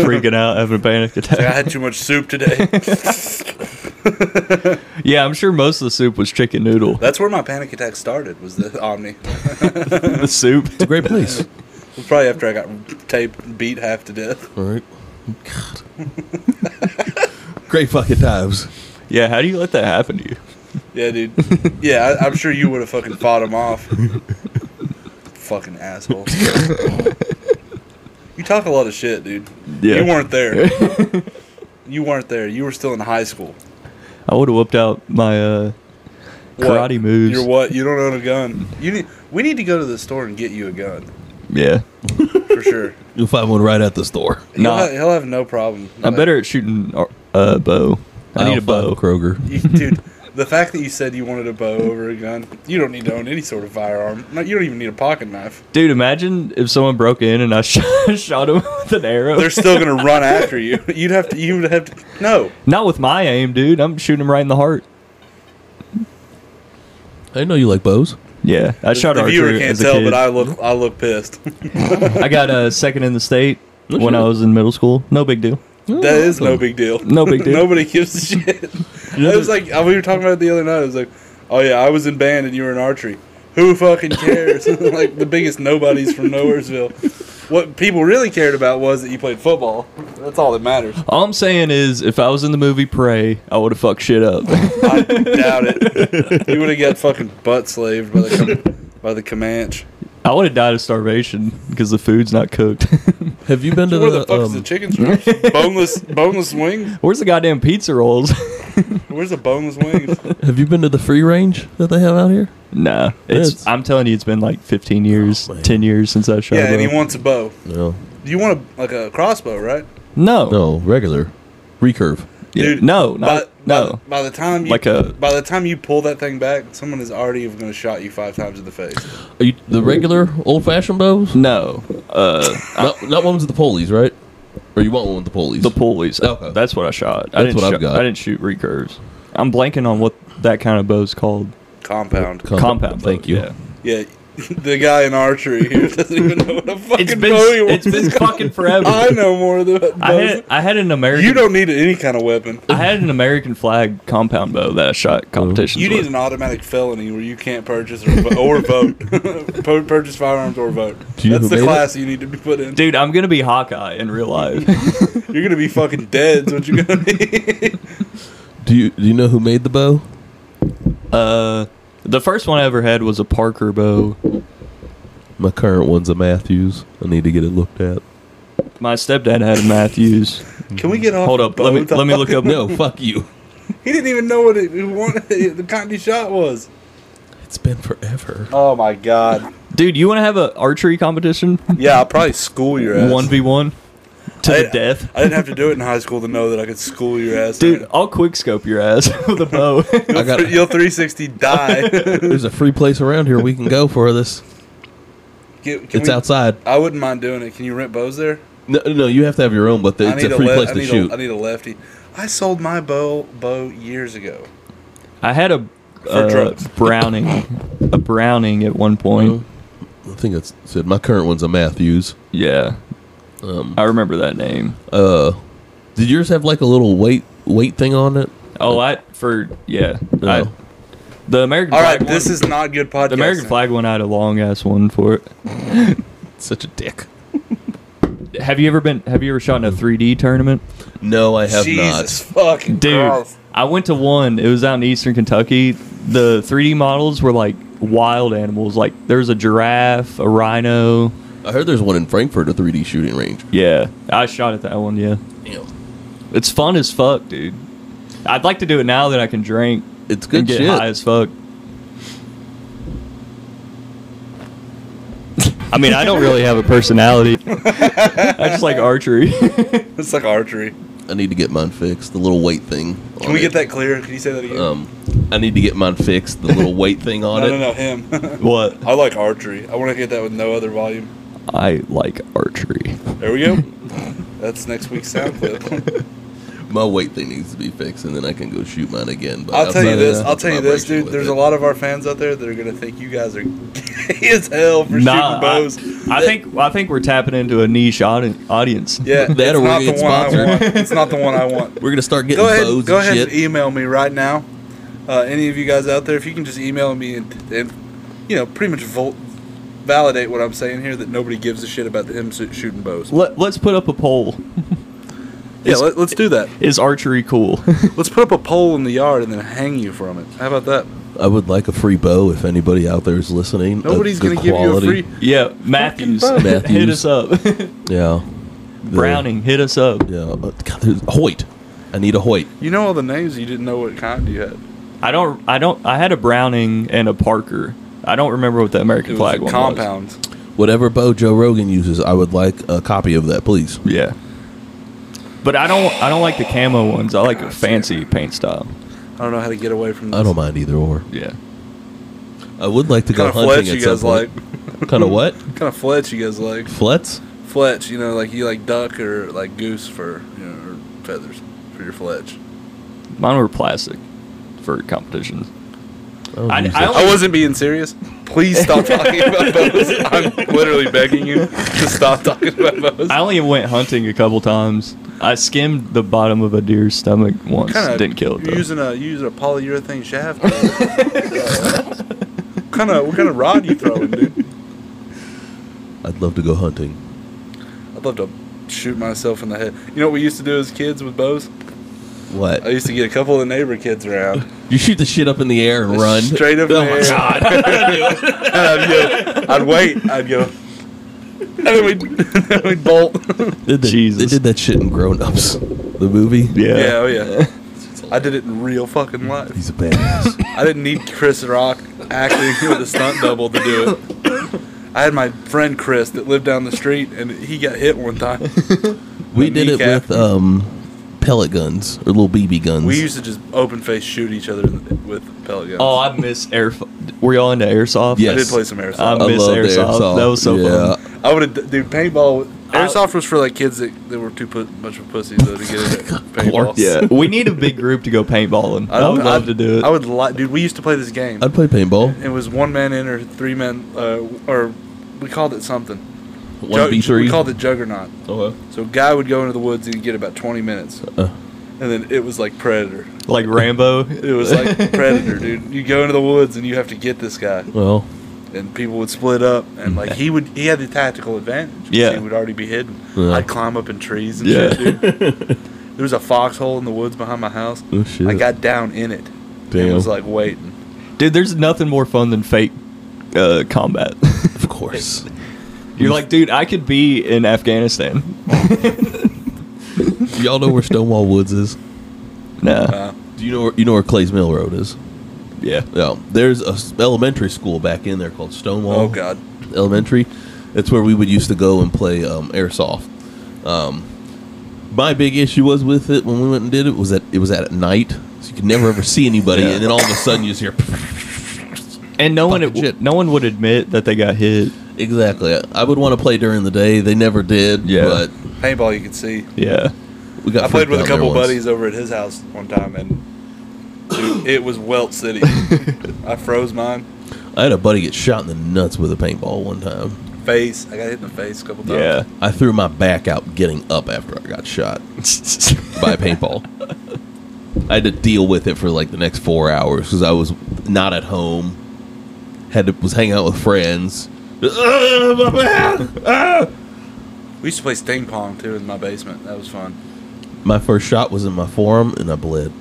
Speaker 2: Freaking out, having a panic
Speaker 4: <laughs> "I
Speaker 2: attack.
Speaker 4: had too much soup
Speaker 3: <laughs>
Speaker 4: today."
Speaker 2: Yeah, I'm sure most of the soup was chicken
Speaker 4: <laughs>
Speaker 2: noodle.
Speaker 4: That's where my panic attack started. Was the Omni?
Speaker 2: the soup.
Speaker 3: It's a great place.
Speaker 4: It was probably after I got taped and beat half to death.
Speaker 3: All right. God. <laughs> great fucking times.
Speaker 2: Yeah, how do you let that happen to you? <laughs>
Speaker 4: Yeah, dude. Yeah, I, I'm sure you would have fucking fought him off. fucking asshole. you talk a lot of shit, dude.
Speaker 2: Yeah.
Speaker 4: You
Speaker 2: <laughs>
Speaker 4: weren't there. you weren't there. You were still in high school.
Speaker 2: I would have whooped out my uh, karate
Speaker 4: What?
Speaker 2: moves.
Speaker 4: You're what? You don't own a gun. You need. We need to go to the store and get you a gun
Speaker 2: yeah.
Speaker 4: for sure.
Speaker 3: You'll find one right at the store.
Speaker 4: He'll,
Speaker 2: Nah.
Speaker 4: ha- he'll have no problem.
Speaker 2: I'm better at shooting a uh, bow. I need a
Speaker 3: I'll find
Speaker 2: bow.
Speaker 3: Kroger.
Speaker 4: You- dude, the fact that you said you wanted a bow over a gun, you don't need to own any sort of firearm. No, you don't even need a pocket knife.
Speaker 2: Dude, imagine if someone broke in and I <laughs> sh- shot him with an arrow.
Speaker 4: <laughs> They're still gonna run after you. <laughs> You'd have to. You would have to. No,
Speaker 2: Not with my aim, dude. I'm shooting him right in the heart.
Speaker 3: I know you like bows.
Speaker 2: Yeah, I shot
Speaker 4: the viewer
Speaker 2: archery
Speaker 4: can't
Speaker 2: as a
Speaker 4: tell,
Speaker 2: kid.
Speaker 4: but I look. I look pissed. <laughs>
Speaker 2: I got a second in the state
Speaker 3: Oh,
Speaker 2: when
Speaker 3: shit.
Speaker 2: I was in middle school. No big deal.
Speaker 4: That is no big deal.
Speaker 2: No big deal.
Speaker 4: <laughs> Nobody gives a shit.
Speaker 2: <laughs>
Speaker 4: <laughs> It was like we were talking about it the other night. It was like, oh yeah, I was in band and you were in archery. Who fucking cares? <laughs> like the biggest nobodies from Nowheresville. What people really cared about was that you played football. That's all that matters.
Speaker 2: All I'm saying is, if I was in the movie Prey, I would have fucked shit <laughs> up.
Speaker 4: I doubt it. You would have got fucking butt slaved by the com- by the Comanche.
Speaker 2: I would have died of starvation because the food's not <laughs> cooked.
Speaker 3: Have
Speaker 2: <laughs>
Speaker 3: you been to
Speaker 4: Where the fuck is
Speaker 3: um,
Speaker 4: the chicken strips? boneless boneless wings.
Speaker 2: Where's the goddamn pizza rolls? <laughs>
Speaker 4: Where's the boneless wings?
Speaker 3: Have you been to the free range that they have out here?
Speaker 2: nah,
Speaker 3: That's-
Speaker 2: it's. I'm telling you, it's been like 15 years,
Speaker 3: Oh, man.
Speaker 2: 10 years since I shot.
Speaker 4: yeah,
Speaker 2: Yeah,
Speaker 4: and he wants a bow.
Speaker 3: No.
Speaker 4: You want a like a crossbow, right?
Speaker 2: No.
Speaker 3: No, regular. Recurve.
Speaker 2: Yeah,
Speaker 4: Dude,
Speaker 2: no, not,
Speaker 4: by, by
Speaker 2: no.
Speaker 4: the- By, the time you,
Speaker 2: Like a-
Speaker 4: by the time you pull that thing back, someone is already going to shot you five times in the face.
Speaker 3: Are you the regular old fashioned bows?
Speaker 2: no. Uh,
Speaker 3: Not, not ones with the pulleys, right? Or you want one with the pulleys?
Speaker 2: the pulleys.
Speaker 3: Okay.
Speaker 2: That's what I shot. I didn't
Speaker 3: That's what I've
Speaker 2: shot-
Speaker 3: got.
Speaker 2: I didn't shoot recurves. I'm blanking on what that kind of bow's called.
Speaker 4: Compound.
Speaker 3: Com-
Speaker 2: Compound. bow,
Speaker 3: Thank you.
Speaker 2: yeah.
Speaker 4: yeah, <laughs> the guy in archery
Speaker 2: <laughs>
Speaker 4: here doesn't even know what a fucking
Speaker 2: It's been
Speaker 4: bow he
Speaker 2: it's
Speaker 4: wants.
Speaker 2: been fucking forever.
Speaker 4: <laughs> I know more than bows.
Speaker 2: I had I had an American.
Speaker 4: you don't need any kind of weapon.
Speaker 2: I had an American flag compound bow that I shot competitions
Speaker 4: You need
Speaker 2: with.
Speaker 4: an automatic felony where you can't purchase or, vo- or vote. <laughs> Pur- purchase firearms or vote.
Speaker 3: Do you
Speaker 4: That's
Speaker 3: have a
Speaker 4: the
Speaker 3: beta?
Speaker 4: class you need to be put in.
Speaker 2: Dude, I'm gonna be Hawkeye in real life.
Speaker 4: <laughs> You're gonna be fucking dead. Is what you're
Speaker 2: <laughs>
Speaker 4: gonna be.
Speaker 3: Do you do you know who made the bow?
Speaker 2: uh, the first one I ever had was a Parker bow.
Speaker 3: My current one's a Matthews. I need to get it looked at.
Speaker 2: My stepdad had a Matthews.
Speaker 4: Can we get off?
Speaker 2: Hold up, let me
Speaker 4: bow
Speaker 2: let me look up.
Speaker 3: No, fuck you.
Speaker 4: He didn't even know what it, he wanted, the cotton shot was.
Speaker 3: It's been forever.
Speaker 4: Oh my god.
Speaker 2: dude, you want to have an archery competition?
Speaker 4: Yeah, I'll probably school your ass.
Speaker 2: One v one to
Speaker 4: I-
Speaker 2: the death.
Speaker 4: I didn't have to do it in high school to know that I could school your ass.
Speaker 2: Dude, I'll quickscope your ass <laughs> with a
Speaker 4: <laughs>
Speaker 2: bow.
Speaker 3: I got.
Speaker 4: you'll
Speaker 2: <laughs>
Speaker 4: 360 die. Can-
Speaker 3: There's a free place around here we can go for this.
Speaker 4: can
Speaker 3: It's
Speaker 4: we-
Speaker 3: outside.
Speaker 4: I wouldn't mind doing it. Can you rent bows there?
Speaker 3: No, no, you have to have your own, but the,
Speaker 4: I
Speaker 3: it's
Speaker 4: need
Speaker 3: a free
Speaker 4: le-
Speaker 3: place
Speaker 4: I
Speaker 3: to
Speaker 4: need
Speaker 3: shoot.
Speaker 4: A, I need a lefty. I sold my bow bow years ago.
Speaker 2: I had a uh,
Speaker 4: drugs.
Speaker 2: Browning, a Browning at one point.
Speaker 3: I think it's said my current one's a Matthews.
Speaker 2: Yeah,
Speaker 3: Um,
Speaker 2: I remember that name.
Speaker 3: uh, did yours have like a little weight weight thing on it?
Speaker 2: Oh, I for yeah.
Speaker 3: No.
Speaker 2: I, the American
Speaker 4: All
Speaker 2: flag
Speaker 4: right,
Speaker 2: one-
Speaker 4: this is not good podcast.
Speaker 2: the American flag one. I had a long ass one for it.
Speaker 3: Such a dick.
Speaker 2: Have you ever been? Have you ever shot in a 3D tournament,
Speaker 3: No, I have
Speaker 4: Jesus
Speaker 3: not.
Speaker 4: fucking
Speaker 2: dude?
Speaker 4: Christ.
Speaker 2: I went to one. It was out in Eastern Kentucky. The 3D models were like wild animals. Like there was a giraffe, a rhino.
Speaker 3: I heard there's one in Frankfurt, a 3D shooting range.
Speaker 2: Yeah, I shot at that one. Yeah,
Speaker 3: Damn.
Speaker 2: it's fun as fuck, dude. I'd like to do it now that I can drink
Speaker 3: It's
Speaker 2: and
Speaker 3: good
Speaker 2: get
Speaker 3: shit.
Speaker 2: high as fuck. I mean, I don't really have a personality. <laughs> I just like archery. <laughs>
Speaker 4: It's like archery.
Speaker 3: I need to get mine fixed. The little weight thing.
Speaker 4: Can we get that clear? Can you say that
Speaker 2: Oh,
Speaker 4: again?
Speaker 3: Um, I need to get mine fixed. The little weight thing
Speaker 4: <laughs>
Speaker 3: on
Speaker 4: no,
Speaker 3: it.
Speaker 4: no, no, him. <laughs>
Speaker 2: what?
Speaker 4: I like archery. I want to get that with no other volume.
Speaker 2: I like archery.
Speaker 4: There we go. That's next week's sound
Speaker 3: <laughs>
Speaker 4: clip.
Speaker 3: My weight thing needs to be fixed, and then I can go shoot mine again. But
Speaker 4: I'll tell you
Speaker 3: outside of
Speaker 4: this.
Speaker 3: that,
Speaker 4: I'll tell you
Speaker 3: I'm
Speaker 4: this,
Speaker 3: raging
Speaker 4: dude.
Speaker 3: with
Speaker 4: There's
Speaker 3: it.
Speaker 4: a lot of our fans out there that are gonna think you guys are gay as hell
Speaker 2: Nah,
Speaker 4: for shooting
Speaker 2: I,
Speaker 4: bows.
Speaker 2: I think I think we're tapping into a niche audi- audience.
Speaker 4: Yeah,
Speaker 3: That
Speaker 4: it's
Speaker 3: or we're
Speaker 4: not the
Speaker 3: getting
Speaker 4: one I
Speaker 3: sponsored.
Speaker 4: want. It's not the one I want.
Speaker 3: We're gonna start <laughs> getting
Speaker 4: Go
Speaker 3: bows
Speaker 4: ahead. Go
Speaker 3: and
Speaker 4: ahead
Speaker 3: shit.
Speaker 4: and email me right now. Uh, any of you guys out there, if you can just email me and, and you know, pretty much vol- validate what I'm saying here that nobody gives a shit about him su- shooting bows.
Speaker 2: Let, let's put up a poll.
Speaker 4: Yeah, let, let's do that.
Speaker 2: Is archery <laughs> cool?
Speaker 4: Let's put up a pole in the yard and then hang you from it. How about that?
Speaker 3: I would like a free bow if anybody out there is listening. of
Speaker 4: Nobody's
Speaker 3: good
Speaker 4: gonna give you a
Speaker 3: quality.
Speaker 4: free.
Speaker 2: yeah, Matthews,
Speaker 4: Fucking
Speaker 3: bow.
Speaker 2: hit us up.
Speaker 3: Yeah. The-
Speaker 2: <laughs> Browning, hit us up.
Speaker 3: Yeah. but God, there's Hoyt. I need a Hoyt.
Speaker 4: You know all the names. You didn't know what kind you had.
Speaker 2: I don't. I don't. I had a Browning and a Parker. I don't remember what the American
Speaker 4: It was
Speaker 2: flag
Speaker 4: a
Speaker 2: one
Speaker 4: compound.
Speaker 3: Whatever bow Joe Rogan uses, I would like a copy of that, please.
Speaker 2: was. Yeah. But I don't. I don't like the camo ones. I like a fancy paint style.
Speaker 4: I don't know how to get away from. This.
Speaker 3: I don't mind either or.
Speaker 2: Yeah.
Speaker 3: I would like to
Speaker 4: Kind
Speaker 3: go
Speaker 4: of fletch
Speaker 3: hunting
Speaker 4: you
Speaker 3: at some
Speaker 4: guys like.
Speaker 3: point. Kind of what?
Speaker 4: Kind of fletch you guys like.
Speaker 3: Flets?
Speaker 4: Fletch, you know, like you like duck or like goose for you know or feathers for your fletch.
Speaker 2: Mine were plastic for competitions.
Speaker 3: don't
Speaker 2: I-
Speaker 3: use
Speaker 2: I
Speaker 3: that.
Speaker 2: only-
Speaker 4: I wasn't being serious. Please
Speaker 3: <laughs>
Speaker 4: stop talking about bows. I'm literally begging you to stop talking about bows.
Speaker 2: I only went hunting a couple times. I skimmed the bottom of a deer's stomach once.
Speaker 4: Kinda
Speaker 2: Didn't kill it
Speaker 4: You're
Speaker 2: though.
Speaker 4: using a you're using a polyurethane shaft. kind of what kind of rod you throwing, dude?
Speaker 3: I'd love to go hunting.
Speaker 4: I'd love to shoot myself in the head. You know what we used to do as kids with bows?
Speaker 3: What?
Speaker 4: I used to get a couple of the neighbor kids around.
Speaker 3: You shoot the shit up in the air and <laughs> run.
Speaker 4: Straight up
Speaker 3: oh
Speaker 4: in the
Speaker 3: my
Speaker 4: air. <laughs>
Speaker 3: god.
Speaker 4: I'd, go, I'd wait. I'd go. And then we'd, then we'd bolt.
Speaker 3: Did they,
Speaker 2: Jesus.
Speaker 3: they did that shit in Grown Ups. The movie?
Speaker 2: Yeah.
Speaker 4: Yeah, oh yeah. I did it in real fucking life.
Speaker 3: He's
Speaker 4: <laughs>
Speaker 3: a badass.
Speaker 4: I didn't need Chris Rock acting <laughs> with a stunt double to do it. I had my friend Chris that lived down the street, and he got hit one time.
Speaker 3: We did it
Speaker 4: kneecap.
Speaker 3: with um, pellet guns or little BB guns.
Speaker 4: We used to just open face shoot each other in the, with pellet guns.
Speaker 2: Oh, I miss air. Were y'all into airsoft?
Speaker 3: Yes.
Speaker 4: I did play some
Speaker 2: I
Speaker 4: airsoft.
Speaker 2: miss
Speaker 3: love the
Speaker 2: airsoft. That was so
Speaker 3: yeah.
Speaker 2: fun.
Speaker 4: I would have, dude. Paintball. Airsoft was for like kids that, that were too put, much of pussies though, to get
Speaker 2: <laughs>
Speaker 4: into paintball.
Speaker 2: Yeah, we need a big group to go paintballing. I, would
Speaker 4: don't-
Speaker 2: love to do it.
Speaker 4: I would like, dude. We used to play this game.
Speaker 3: I'd play paintball.
Speaker 4: It was one man in or three men, uh, or we called it something.
Speaker 3: One v three.
Speaker 4: We called it Juggernaut.
Speaker 3: Oh,
Speaker 4: So a guy would go into the woods and he'd get about 20 minutes,
Speaker 3: Uh.
Speaker 4: and then it was like Predator.
Speaker 2: like Rambo.
Speaker 4: It
Speaker 2: <laughs>
Speaker 4: was like Predator, dude. You go into the woods and you have to get this guy,
Speaker 3: well,
Speaker 4: and people would split up, and like he would, he had the tactical advantage. 'cause
Speaker 2: Yeah.
Speaker 4: he would already be hidden.
Speaker 3: Yeah.
Speaker 4: I'd climb up in trees and
Speaker 2: Yeah.
Speaker 4: shit, dude.
Speaker 3: <laughs>
Speaker 4: there was a foxhole in the woods behind my house.
Speaker 3: oh shit.
Speaker 4: I got down in it.
Speaker 3: Damn.
Speaker 4: And was like waiting.
Speaker 2: Dude, there's nothing more fun than fake uh, combat. <laughs>
Speaker 4: <laughs>
Speaker 3: of course.
Speaker 2: You're like, dude, I could be in Afghanistan.
Speaker 3: Y'all know where Stonewall Woods is.
Speaker 2: Nah,
Speaker 4: Uh,
Speaker 3: Do you know where, you know where Clay's Mill Road is?
Speaker 2: yeah.
Speaker 3: No, there's a s- elementary school back in there called Stonewall.
Speaker 4: oh God.
Speaker 3: elementary. That's where we would used to go and play um, airsoft. Um, my big issue was with it when we went and did it was that it was at night, so you could never ever see anybody,
Speaker 2: Yeah.
Speaker 3: and then all of a sudden you just hear. <laughs>
Speaker 2: And no one,
Speaker 3: Fucking shit.
Speaker 2: no one would admit that they got hit.
Speaker 3: exactly. I would want to play during the day. They never did.
Speaker 2: Yeah.
Speaker 3: But
Speaker 4: Paintball, you could see.
Speaker 2: Yeah,
Speaker 3: we got.
Speaker 4: I played with
Speaker 3: freaked
Speaker 4: a
Speaker 3: out there
Speaker 4: couple
Speaker 3: once.
Speaker 4: buddies over at his house one time, and
Speaker 3: <laughs>
Speaker 4: dude, it was Welt City. I froze mine
Speaker 3: I had a buddy get shot in the nuts with a paintball one time.
Speaker 4: face. I got hit in the face a couple times.
Speaker 2: yeah.
Speaker 3: I threw my back out getting up after I got shot by a paintball. I had to deal with it for like the next four hours because I was not at home. Had to was hanging out with friends. Ah, my back! Ah!
Speaker 4: We used to play sting pong too in my basement. That was fun.
Speaker 3: My first shot was in my forearm and I bled.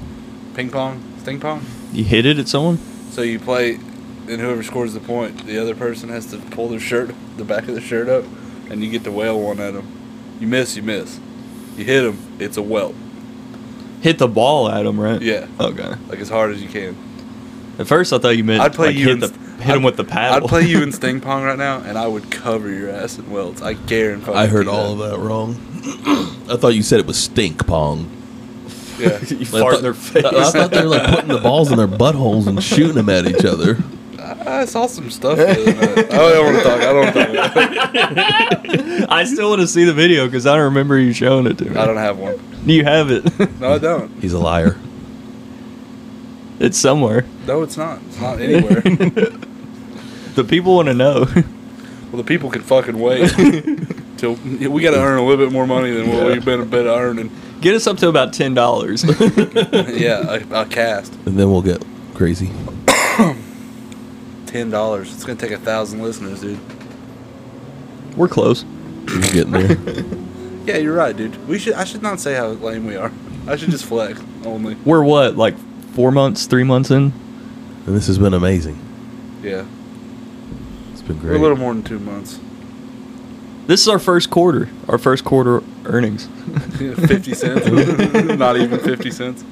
Speaker 4: Ping pong, sting pong.
Speaker 2: You hit it at someone?
Speaker 4: So you play, and whoever scores the point, the other person has to pull their shirt, the back of their shirt up, and you get to wail one at them. You miss, you miss. You hit them, it's a welt.
Speaker 2: Hit the ball at him, right?
Speaker 4: Yeah,
Speaker 2: Okay.
Speaker 4: like as hard as you can.
Speaker 2: At first, I thought you meant
Speaker 4: I'd play
Speaker 2: like,
Speaker 4: you
Speaker 2: hit,
Speaker 4: in-
Speaker 2: the, hit him
Speaker 4: I'd-
Speaker 2: with the paddle.
Speaker 4: I'd play
Speaker 2: <laughs>
Speaker 4: you in sting pong right now, and I would cover your ass in welts. I guarantee.
Speaker 3: I heard all of that wrong. <clears throat> I thought you said it was stink pong.
Speaker 4: Yeah.
Speaker 2: <laughs>
Speaker 3: <laughs>
Speaker 2: you fart in their face.
Speaker 3: I, I thought they were like putting the balls in their buttholes and shooting them at each other.
Speaker 4: <laughs> I saw some stuff. the other night. I don't want to talk. I don't wanna
Speaker 2: <laughs>
Speaker 4: talk.
Speaker 2: I still want to see the video because I don't remember you showing it to me.
Speaker 4: I don't have one.
Speaker 2: You have it.
Speaker 4: No, I don't.
Speaker 3: He's a liar.
Speaker 2: <laughs> it's somewhere.
Speaker 4: No, it's not. It's not anywhere. well,
Speaker 2: <laughs> The people want to know. <laughs>
Speaker 4: the people can fucking wait. Till we got to earn a little bit more money than what we've been a bit earning.
Speaker 2: Get us up to about ten dollars. <laughs>
Speaker 4: Yeah, a, a cast,
Speaker 3: And then we'll get crazy.
Speaker 4: ten dollars. It's gonna take a thousand listeners, dude.
Speaker 2: We're close.
Speaker 3: We're getting there.
Speaker 4: Yeah, you're right, dude. We should. I should not say how lame we are. I should just flex only.
Speaker 2: We're what, like four months, three months in?
Speaker 3: And this has been amazing.
Speaker 4: Yeah,
Speaker 3: It's been
Speaker 4: we're
Speaker 3: great.
Speaker 4: a little more than two months.
Speaker 2: This is our first quarter. Our first quarter earnings.
Speaker 4: <laughs>
Speaker 2: <laughs>
Speaker 4: fifty cents. not even fifty cents.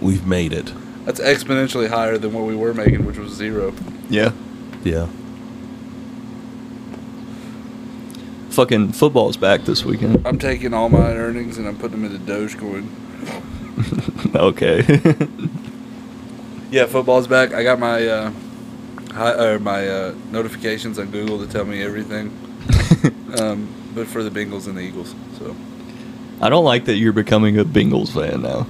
Speaker 3: We've made it.
Speaker 4: That's exponentially higher than what we were making, which was zero.
Speaker 2: Yeah.
Speaker 3: Yeah.
Speaker 2: Fucking football's back this weekend.
Speaker 4: I'm taking all my earnings and I'm putting them into Dogecoin.
Speaker 2: <laughs> okay. <laughs>
Speaker 4: Yeah, football's back. I got my uh, hi, or my uh, notifications on Google to tell me
Speaker 2: <laughs>
Speaker 4: everything, um, but for the Bengals and the Eagles. So
Speaker 2: I don't like that you're becoming a Bengals fan now.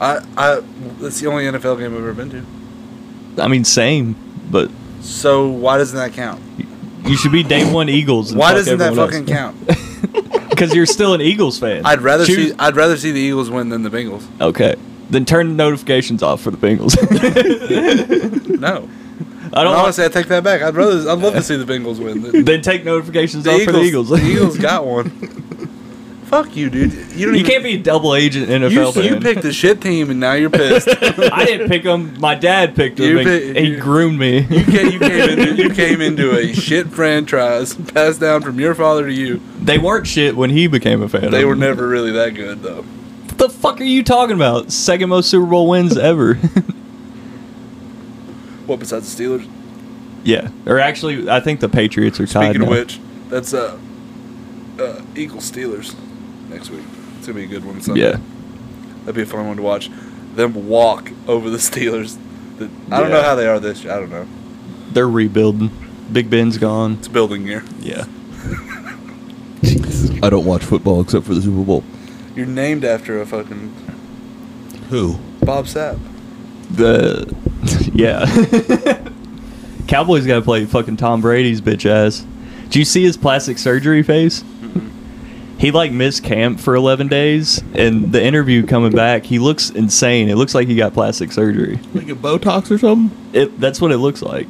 Speaker 4: I, I, that's the only NFL game I've ever been to.
Speaker 2: I mean, same, but
Speaker 4: So why doesn't that count?
Speaker 2: you should be day one Eagles.
Speaker 4: Why doesn't that fucking count?
Speaker 2: <laughs> Because you're still an Eagles fan.
Speaker 4: I'd rather
Speaker 2: Choose-
Speaker 4: see I'd rather see the Eagles win than the Bengals.
Speaker 2: Okay. Then turn the notifications off for the Bengals. <laughs>
Speaker 4: No,
Speaker 2: I don't. want
Speaker 4: honestly, I take that back. I'd rather I'd love to see the Bengals win. The,
Speaker 2: then take notifications off for the Eagles.
Speaker 4: the Eagles
Speaker 2: <laughs>
Speaker 4: got one. Fuck you, dude. You don't.
Speaker 2: you
Speaker 4: even,
Speaker 2: can't be a double agent NFL
Speaker 4: You,
Speaker 2: fan.
Speaker 4: you picked a shit team and now you're pissed.
Speaker 2: <laughs> I didn't pick him. My dad picked him.
Speaker 4: You
Speaker 2: and
Speaker 4: pick-
Speaker 2: he
Speaker 4: you-
Speaker 2: groomed me.
Speaker 4: You came, you, came into, you came into a shit franchise passed down from your father to you.
Speaker 2: <laughs> they weren't shit when he became a fan.
Speaker 4: They
Speaker 2: of
Speaker 4: were
Speaker 2: them.
Speaker 4: never really that good, though.
Speaker 2: What the fuck are you talking about? Second most Super Bowl
Speaker 4: <laughs>
Speaker 2: wins ever. <laughs>
Speaker 4: What besides the Steelers?
Speaker 2: yeah. Or actually, I think the Patriots are tied.
Speaker 4: Speaking of
Speaker 2: now.
Speaker 4: which, that's uh, uh, Eagles Steelers next week. gonna be a good one. Sunday.
Speaker 2: Yeah.
Speaker 4: that'd be a fun one to watch. Them walk over the Steelers. The- I don't know
Speaker 2: Yeah.
Speaker 4: how they are this year. I don't know.
Speaker 2: They're rebuilding. Big Ben's gone.
Speaker 4: It's building year.
Speaker 2: Yeah.
Speaker 3: I don't watch football except for the Super Bowl.
Speaker 4: You're named after a fucking
Speaker 3: Who?
Speaker 4: Bob Sapp.
Speaker 2: The <laughs> yeah. Cowboys got to play fucking Tom Brady's bitch ass. Do you see his plastic surgery face? He like missed camp for 11 days, and the interview coming back, he looks insane. It looks like he got plastic surgery.
Speaker 3: Like a Botox or something?
Speaker 2: It that's what it looks like.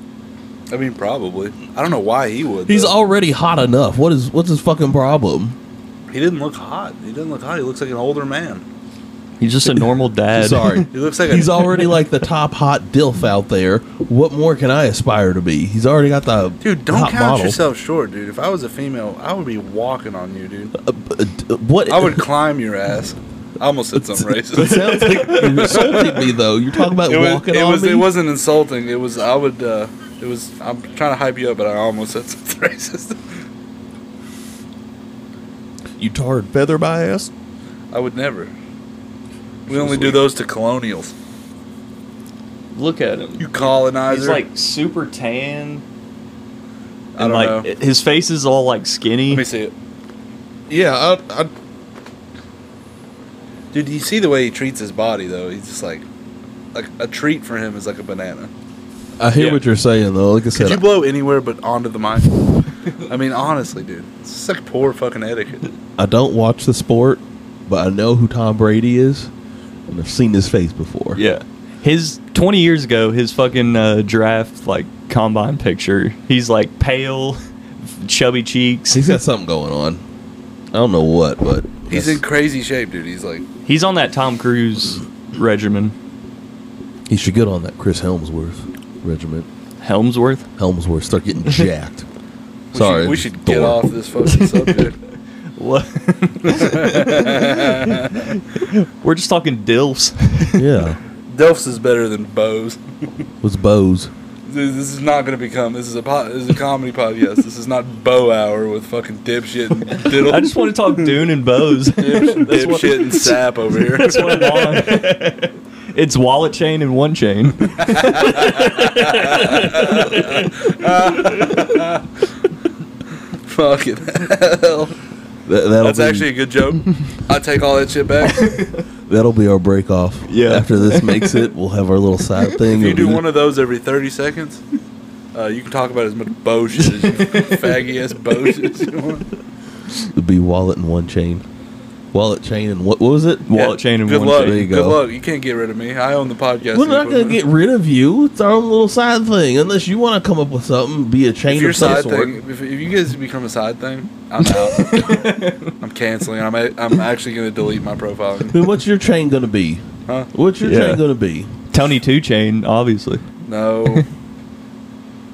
Speaker 4: I mean, probably. I don't know why he would.
Speaker 3: He's
Speaker 4: though.
Speaker 3: already hot enough. What is what's his fucking problem?
Speaker 4: He didn't look hot. He didn't look hot. He looks like an older man.
Speaker 2: He's just a
Speaker 4: <laughs>
Speaker 2: normal dad.
Speaker 3: Sorry.
Speaker 4: He looks like a,
Speaker 3: He's already like the top hot dilf out there. What more can I aspire to be? He's already got the
Speaker 4: dude. Don't
Speaker 3: hot
Speaker 4: count
Speaker 3: model.
Speaker 4: yourself short, dude. If I was a female, I would be walking on you, dude.
Speaker 3: Uh, b- uh, d- what?
Speaker 4: I
Speaker 3: <laughs>
Speaker 4: would climb your ass. I almost said something
Speaker 3: It
Speaker 4: racist.
Speaker 3: sounds like you're insulting me, though. You're talking about
Speaker 4: <laughs> It was.
Speaker 3: walking
Speaker 4: It,
Speaker 3: on
Speaker 4: was
Speaker 3: me.
Speaker 4: it wasn't insulting. It was. I would. uh It was. I'm trying to hype you up, but I almost said <laughs> something racist.
Speaker 3: you tar and feather my ass.
Speaker 4: I would never. We only do those to colonials.
Speaker 2: Look at him.
Speaker 4: You colonizer.
Speaker 2: He's like super tan.
Speaker 4: I don't
Speaker 2: like
Speaker 4: know.
Speaker 2: his face is all like skinny.
Speaker 4: Let me see it.
Speaker 3: Yeah, I, I,
Speaker 4: Dude, you see the way he treats his body though. He's just like, like a treat for him is like a banana.
Speaker 3: I hear
Speaker 2: Yeah.
Speaker 3: what you're saying, though. Like I said,
Speaker 4: Could you
Speaker 3: I-
Speaker 4: blow anywhere but onto the mic? <laughs> I mean, honestly, dude, it's just like poor fucking etiquette.
Speaker 3: I don't watch the sport, but I know who Tom Brady is, and I've seen his face before.
Speaker 2: Yeah. His 20 years ago, his fucking uh, draft like combine picture. He's like pale, chubby cheeks.
Speaker 3: he's got something going on. I don't know what, but
Speaker 4: He's in
Speaker 3: that's-
Speaker 4: crazy shape, dude. He's like,
Speaker 2: He's on that Tom Cruise regimen.
Speaker 3: he should get on that Chris Helmsworth regiment.
Speaker 2: Helmsworth.
Speaker 3: Helmsworth start <laughs> getting jacked.
Speaker 4: we
Speaker 3: Sorry,
Speaker 4: should, we should get
Speaker 3: Thor. <laughs>
Speaker 4: off this fucking subject.
Speaker 2: What? <laughs> We're just talking dilfs.
Speaker 3: yeah,
Speaker 4: Delphs is better than Bose.
Speaker 3: was Bose.
Speaker 4: Dude, this is not going to become. This is a po- this is a comedy podcast. This is not Bo Hour with fucking dipshit and diddle.
Speaker 2: I just want to talk Dune and Bose.
Speaker 4: <laughs> dipshit,
Speaker 2: That's what-
Speaker 4: <laughs> dipshit and sap over here.
Speaker 2: <laughs> That's what I want. It's wallet chain and one chain.
Speaker 4: Fucking hell.
Speaker 3: That, that'll
Speaker 4: That's
Speaker 3: be,
Speaker 4: actually a good joke. I take all that shit back. If
Speaker 3: that'll be our break off.
Speaker 2: Yeah.
Speaker 4: <laughs>
Speaker 3: After this makes it, we'll have our little side thing.
Speaker 4: you do one of those every 30 seconds, uh, you can talk about as much bullshit
Speaker 3: <laughs>
Speaker 4: as you faggy ass bullshit as you want.
Speaker 3: It'd be wallet and one chain. Wallet chain and what, what was it?
Speaker 2: Wallet chain and
Speaker 4: good
Speaker 2: one
Speaker 4: luck.
Speaker 2: chain.
Speaker 3: There you
Speaker 4: Good
Speaker 3: go.
Speaker 4: luck. You can't get rid of me. I own the podcast.
Speaker 3: We're not gonna
Speaker 4: equipment.
Speaker 3: get rid of you. It's our own little side thing. Unless you want to come up with something, be a
Speaker 4: if
Speaker 3: chain
Speaker 4: your
Speaker 3: of some
Speaker 4: side
Speaker 3: sort.
Speaker 4: thing, if, if you guys become a side thing, I'm
Speaker 3: <laughs>
Speaker 4: out. I'm canceling. I'm a, I'm actually gonna delete my profile.
Speaker 3: Then what's your chain gonna be?
Speaker 4: Huh?
Speaker 3: What's your
Speaker 2: Yeah.
Speaker 3: chain gonna be?
Speaker 2: Tony Two Chain, obviously. <laughs>
Speaker 4: <laughs> No.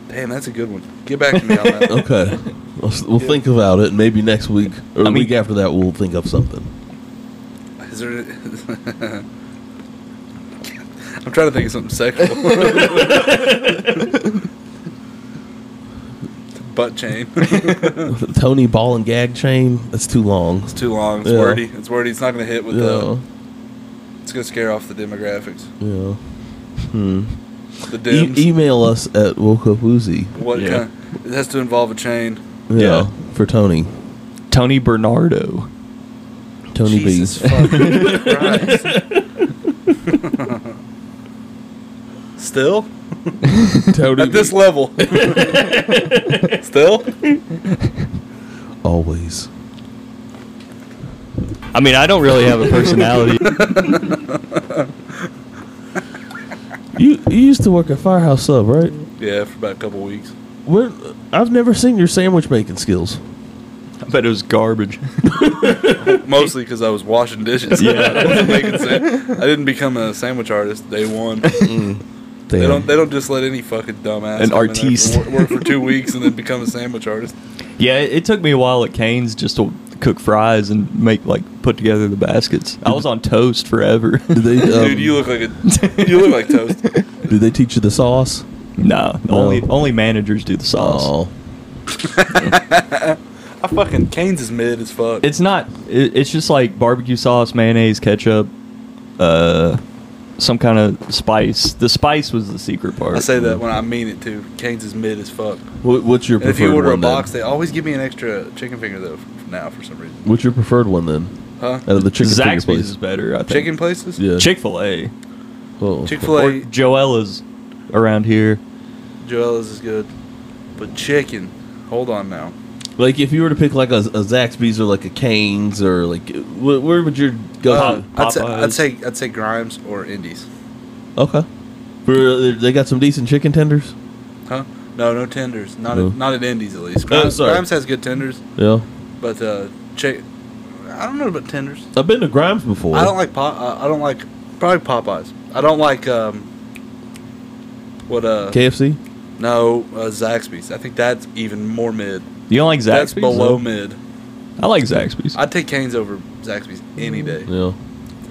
Speaker 4: Damn, that's a good one. Get back to me on that. <laughs>
Speaker 3: <laughs> Okay, we'll, s- we'll think about it. and Maybe next week or
Speaker 2: I
Speaker 3: the
Speaker 2: mean-
Speaker 3: week after that, we'll think of something.
Speaker 4: Is there? <laughs> I'm trying to think of something
Speaker 3: <laughs>
Speaker 4: sexual. <laughs> Butt
Speaker 3: <laughs>
Speaker 4: chain.
Speaker 3: Tony ball and gag chain. That's too long.
Speaker 4: It's too long. It's
Speaker 3: Yeah.
Speaker 4: wordy. It's wordy. It's not gonna hit with
Speaker 3: Yeah,
Speaker 4: the. It's gonna scare off the demographics.
Speaker 3: yeah. Hmm.
Speaker 4: The
Speaker 3: E-
Speaker 4: dims.
Speaker 3: email us at woke up woozy.
Speaker 4: what
Speaker 2: Yeah.
Speaker 4: kind? It has to involve a chain.
Speaker 3: Yeah,
Speaker 2: Yeah.
Speaker 3: for Tony.
Speaker 2: Tony Bernardo.
Speaker 3: Tony
Speaker 4: Jesus <laughs>
Speaker 3: B.
Speaker 4: fucking Christ. Still
Speaker 3: Tony
Speaker 4: at this
Speaker 3: <laughs>
Speaker 4: level. Still.
Speaker 3: always.
Speaker 2: I mean, I don't really have a personality.
Speaker 3: You you used to work at Firehouse Sub, right?
Speaker 4: Yeah, for about a couple weeks.
Speaker 3: What? I've never seen your sandwich making skills.
Speaker 2: <laughs> but it was garbage.
Speaker 4: Mostly because I was washing dishes.
Speaker 2: Yeah.
Speaker 4: <laughs> I, wasn't making sa- I didn't become a sandwich artist day
Speaker 3: <laughs>
Speaker 4: one. They
Speaker 3: Damn.
Speaker 4: don't. They don't just let any fucking dumbass
Speaker 2: An
Speaker 4: come in there
Speaker 2: artiste.
Speaker 4: for- work for two weeks and then become a sandwich artist.
Speaker 2: Yeah, it, it took me a while at Cane's just to cook fries and make like put together the baskets. I was on toast
Speaker 4: <laughs>
Speaker 2: forever. <laughs>
Speaker 3: Did they, <laughs> um,
Speaker 4: Dude, you look like a. You look like <laughs> toast.
Speaker 3: <laughs> did they teach you the sauce? Oh.
Speaker 2: nah,
Speaker 3: No.
Speaker 2: only only managers do the sauce.
Speaker 3: Oh.
Speaker 4: I fucking Canes is mid as fuck.
Speaker 2: It's not. It, it's just like barbecue sauce, mayonnaise, ketchup, uh, some kind of spice. The spice was the secret part.
Speaker 4: I say that when I mean it too. Canes is mid as fuck.
Speaker 3: What, what's your
Speaker 4: And
Speaker 3: preferred
Speaker 4: if you order a
Speaker 3: one,
Speaker 4: box,
Speaker 3: then?
Speaker 4: they always give me an extra chicken finger though. f- Now for some reason,
Speaker 3: What's your preferred one then?
Speaker 4: huh?
Speaker 3: Out of the chicken finger
Speaker 2: Zaxby's
Speaker 3: place?
Speaker 2: is better. I think.
Speaker 4: Chicken places.
Speaker 3: Yeah.
Speaker 2: Chick Fil A
Speaker 3: Oh.
Speaker 4: Chick Fil A.
Speaker 2: Joella's around here.
Speaker 4: Joella's is good, but chicken. Hold on now.
Speaker 3: Like if you were to pick like a, a Zaxby's or like a Canes or like wh- where would your go?
Speaker 4: Uh, I'd, say,
Speaker 2: Popeyes.
Speaker 4: I'd say I'd say Grimes or Indies. Uh,
Speaker 3: okay, For- uh, they got some decent chicken tenders.
Speaker 4: Huh? No, no tenders. Not
Speaker 3: No.
Speaker 4: at, not at Indies at least.
Speaker 3: Oh,
Speaker 4: Grimes,
Speaker 3: sorry.
Speaker 4: Grimes has good tenders,
Speaker 3: Yeah,
Speaker 4: but uh, chick. I don't know about tenders.
Speaker 3: I've been to Grimes before.
Speaker 4: I don't like pop. Uh, I don't like probably Popeyes. I don't like um. What uh?
Speaker 3: KFC.
Speaker 4: No, uh, Zaxby's. I think that's even more mid.
Speaker 2: You don't like Zaxby's?
Speaker 4: That's below
Speaker 2: though?
Speaker 4: mid.
Speaker 2: I like Zaxby's.
Speaker 4: I'd take Canes over Zaxby's any day,
Speaker 3: Yeah,